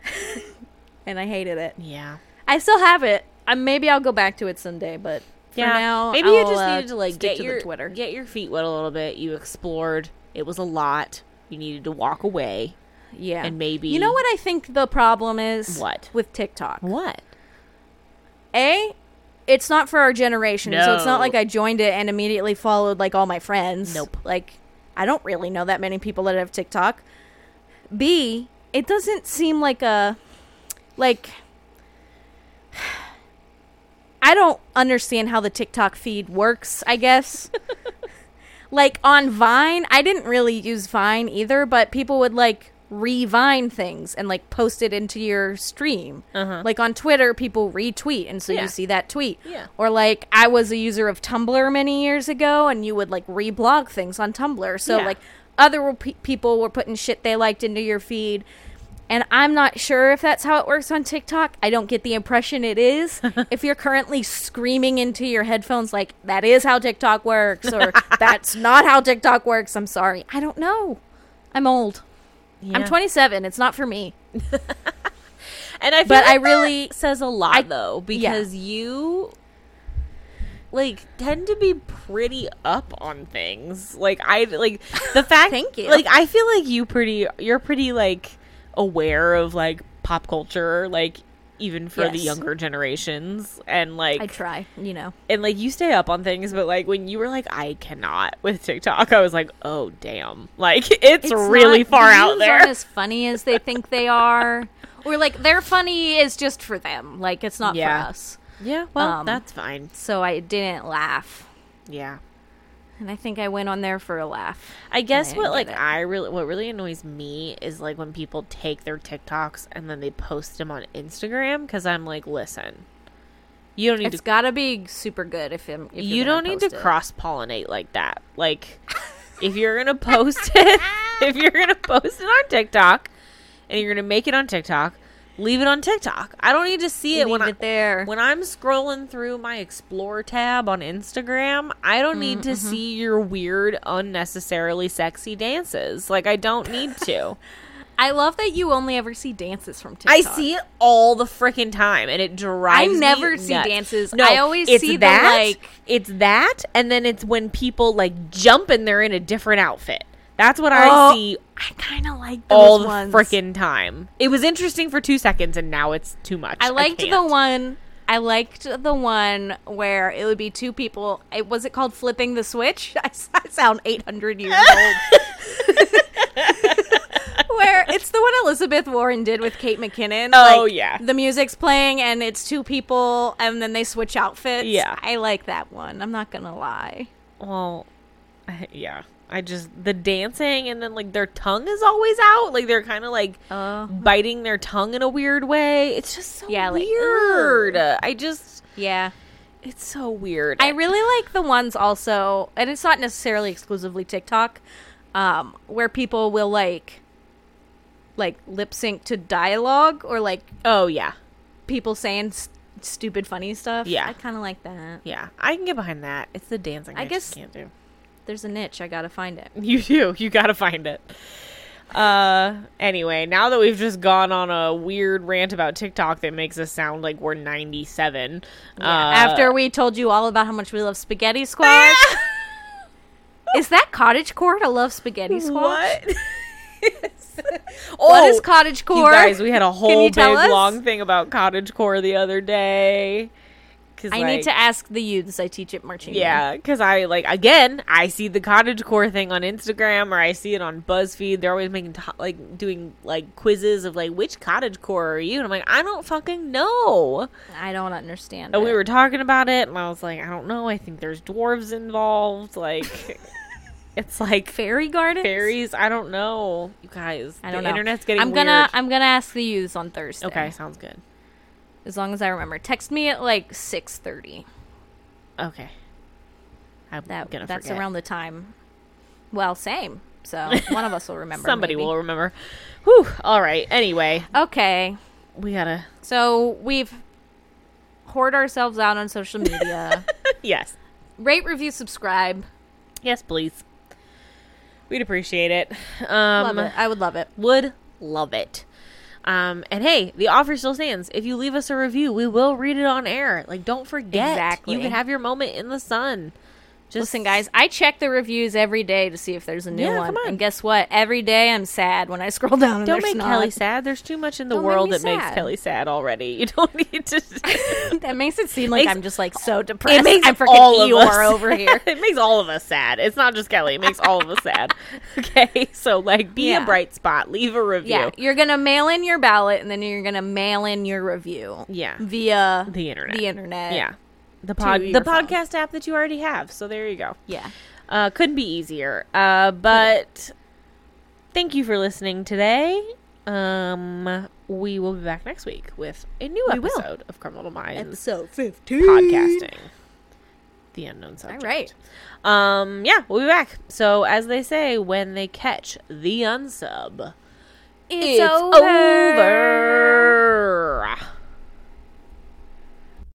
Speaker 2: and I hated it.
Speaker 1: Yeah.
Speaker 2: I still have it. I, maybe I'll go back to it someday, but for now,
Speaker 1: maybe you
Speaker 2: I'll,
Speaker 1: just
Speaker 2: uh,
Speaker 1: needed to like
Speaker 2: stick
Speaker 1: get
Speaker 2: to the
Speaker 1: your
Speaker 2: Twitter.
Speaker 1: get your feet wet a little bit. You explored. It was a lot. You needed to walk away.
Speaker 2: Yeah.
Speaker 1: And maybe-
Speaker 2: You know what I think the problem is?
Speaker 1: What?
Speaker 2: With TikTok.
Speaker 1: What?
Speaker 2: A, it's not for our generation. So it's
Speaker 1: No.
Speaker 2: not like I joined it and immediately followed like all my friends.
Speaker 1: Nope.
Speaker 2: Like, I don't really know that many people that have TikTok. B, it doesn't seem like a. Like. I don't understand how the TikTok feed works, I guess. like on Vine, I didn't really use Vine either, but people would like revine things and like post it into your stream.
Speaker 1: Uh-huh.
Speaker 2: Like on Twitter, people retweet, and so
Speaker 1: Yeah.
Speaker 2: you see that tweet.
Speaker 1: Yeah.
Speaker 2: Or like I was a user of Tumblr many years ago, and you would like reblog things on Tumblr. So
Speaker 1: Yeah.
Speaker 2: like other pe- people were putting shit they liked into your feed. And I'm not sure if that's how it works on TikTok. I don't get the impression it is. if you're currently screaming into your headphones, like, that is how TikTok works, or that's not how TikTok works, I'm sorry. I don't know. I'm old. I'm
Speaker 1: Yeah.
Speaker 2: 27. It's not for me.
Speaker 1: and I feel
Speaker 2: but
Speaker 1: like
Speaker 2: I really-
Speaker 1: that says a lot
Speaker 2: I-
Speaker 1: though because you like tend to be pretty up on things. Like I like the fact.
Speaker 2: Thank you.
Speaker 1: Like I feel like you pretty. You're pretty like aware of like pop culture. Like even for the
Speaker 2: Yes.
Speaker 1: younger generations and like
Speaker 2: I try, you know.
Speaker 1: and like you stay up on things, but like when you were like, I cannot with TikTok, I was like, oh damn, like it's, really
Speaker 2: not-
Speaker 1: far
Speaker 2: the
Speaker 1: out
Speaker 2: memes
Speaker 1: there.
Speaker 2: Aren't as funny as they think they are, or like their funny is just for them. Like it's not
Speaker 1: Yeah.
Speaker 2: for us.
Speaker 1: yeah, well,
Speaker 2: um,
Speaker 1: that's fine.
Speaker 2: So I didn't laugh,
Speaker 1: Yeah,
Speaker 2: and I think I went on there for a laugh.
Speaker 1: I guess
Speaker 2: I
Speaker 1: what
Speaker 2: get
Speaker 1: like
Speaker 2: it.
Speaker 1: I really what really annoys me is like when people take their TikToks and then they post them on Instagram because I'm like, listen, you don't need
Speaker 2: It's
Speaker 1: to
Speaker 2: got to be super good if, I'm, if
Speaker 1: you
Speaker 2: you're gonna
Speaker 1: don't need to
Speaker 2: post it.
Speaker 1: cross pollinate like that. Like, if you're gonna post it, if you're gonna post it on TikTok, and you're gonna make it on TikTok, Leave it on TikTok. I don't need to see it
Speaker 2: Leave
Speaker 1: when I
Speaker 2: it there.
Speaker 1: when I'm scrolling through my explore tab on Instagram. I don't
Speaker 2: Mm,
Speaker 1: need to
Speaker 2: mm-hmm.
Speaker 1: see your weird, unnecessarily sexy dances. Like I don't need to.
Speaker 2: I love that you only ever see dances from TikTok.
Speaker 1: I see it all the freaking time, and it drives.
Speaker 2: I
Speaker 1: me
Speaker 2: never see
Speaker 1: nuts.
Speaker 2: dances.
Speaker 1: No,
Speaker 2: I always
Speaker 1: it's
Speaker 2: see the,
Speaker 1: that,
Speaker 2: like-
Speaker 1: it's that, and then it's when people like jump and they're in a different outfit. That's what I
Speaker 2: Oh,
Speaker 1: see
Speaker 2: I kind of like those
Speaker 1: all the
Speaker 2: ones.
Speaker 1: freaking time. It was interesting for two seconds, and now it's too much.
Speaker 2: I liked the
Speaker 1: can't.
Speaker 2: one. I liked the one where it would be two people. It was it called flipping the switch. I, s- I sound eight hundred years old. where it's the one Elizabeth Warren did with Kate McKinnon.
Speaker 1: Oh, yeah.
Speaker 2: the music's playing and it's two people, and then they switch outfits.
Speaker 1: Yeah.
Speaker 2: I like that one. I'm not gonna lie.
Speaker 1: Well, I- yeah. I just the dancing, and then like their tongue is always out. Like they're kind of like
Speaker 2: Oh.
Speaker 1: biting their tongue in a weird way. It's just so
Speaker 2: Yeah, like,
Speaker 1: weird. I just.
Speaker 2: Yeah,
Speaker 1: It's so weird.
Speaker 2: I really like the ones also, and it's not necessarily exclusively TikTok, um, where people will like, like lip sync to dialogue or like
Speaker 1: Oh yeah,
Speaker 2: people saying st- stupid funny stuff.
Speaker 1: Yeah.
Speaker 2: I kind of like that.
Speaker 1: yeah. I can get behind that. It's the dancing. I,
Speaker 2: I
Speaker 1: guess
Speaker 2: guess-
Speaker 1: can't do.
Speaker 2: There's a niche. I gotta find it.
Speaker 1: You do. You gotta find it. Uh. Anyway, now that we've just gone on a weird rant about TikTok that makes us sound like we're ninety-seven. Uh,
Speaker 2: After we told you all about how much we love spaghetti squash, is that cottage core to love spaghetti squash?
Speaker 1: what?
Speaker 2: what
Speaker 1: Oh,
Speaker 2: is cottage
Speaker 1: You
Speaker 2: core?
Speaker 1: guys, we had a whole
Speaker 2: you
Speaker 1: big
Speaker 2: tell us?
Speaker 1: long thing about cottage core the other day. 'Cause,
Speaker 2: I
Speaker 1: like,
Speaker 2: need to ask the youths I teach at marching. band.
Speaker 1: Yeah, because I like again, I see the cottage core thing on Instagram or I see it on BuzzFeed. They're always making to- like doing like quizzes of like which cottage core are you? And I'm like, I don't fucking know.
Speaker 2: I don't understand. it.
Speaker 1: And Oh, we were talking about it, and I was like, I don't know. I think there's dwarves involved. Like, it's like
Speaker 2: fairy gardens.
Speaker 1: fairies. I don't know, you guys.
Speaker 2: I don't
Speaker 1: the
Speaker 2: know.
Speaker 1: internet's getting.
Speaker 2: I'm gonna
Speaker 1: weird.
Speaker 2: I'm gonna ask the youths on Thursday.
Speaker 1: okay, sounds good.
Speaker 2: As long as I remember. Text me at like six thirty.
Speaker 1: Okay, I'm
Speaker 2: That
Speaker 1: gonna
Speaker 2: that's
Speaker 1: forget.
Speaker 2: around the time. Well, same. So one of us will remember.
Speaker 1: Somebody
Speaker 2: maybe.
Speaker 1: will remember. Whew. All right. Anyway,
Speaker 2: Okay.
Speaker 1: we gotta.
Speaker 2: So we've hoard ourselves out on social media.
Speaker 1: yes.
Speaker 2: Rate, review, subscribe.
Speaker 1: Yes, please. We'd appreciate it.
Speaker 2: Love
Speaker 1: Um,
Speaker 2: it. I would love it.
Speaker 1: Would love it. Um, and hey, the offer still stands. If you leave us a review, we will read it on air. Like, don't forget.
Speaker 2: Exactly.
Speaker 1: You can have your moment in the sun. Just
Speaker 2: Listen, guys, I check the reviews every day to see if there's a new
Speaker 1: Yeah,
Speaker 2: one.
Speaker 1: come on.
Speaker 2: And guess what? Every day I'm sad when I scroll down. and
Speaker 1: Don't
Speaker 2: there's
Speaker 1: make
Speaker 2: not.
Speaker 1: Kelly sad. There's too much in the
Speaker 2: Don't make
Speaker 1: world
Speaker 2: me
Speaker 1: that makes
Speaker 2: sad.
Speaker 1: Kelly sad already. You don't need to.
Speaker 2: that makes it seem like
Speaker 1: Makes-
Speaker 2: I'm just like so depressed. I'm freaking
Speaker 1: all of
Speaker 2: Eeyore
Speaker 1: us-
Speaker 2: over here.
Speaker 1: it makes all of us sad. It's not just Kelly. It makes all of us sad. Okay, so like, be a
Speaker 2: Yeah.
Speaker 1: bright spot. Leave a review.
Speaker 2: Yeah, you're gonna mail in your ballot, and then you're gonna mail in your review.
Speaker 1: Yeah.
Speaker 2: via
Speaker 1: The internet.
Speaker 2: The internet.
Speaker 1: Yeah. The pod,
Speaker 2: your
Speaker 1: the
Speaker 2: phone.
Speaker 1: podcast app that you already have. So there you go.
Speaker 2: yeah.
Speaker 1: Uh, couldn't be easier. Uh, but thank you for listening today. Um, we will be back next week with a new
Speaker 2: We will.
Speaker 1: episode of Criminal Minds
Speaker 2: Episode fifteen.
Speaker 1: podcasting. The unknown subject.
Speaker 2: All right.
Speaker 1: Um, yeah, we'll be back. So as they say, when they catch the unsub,
Speaker 2: It's, over.
Speaker 1: over.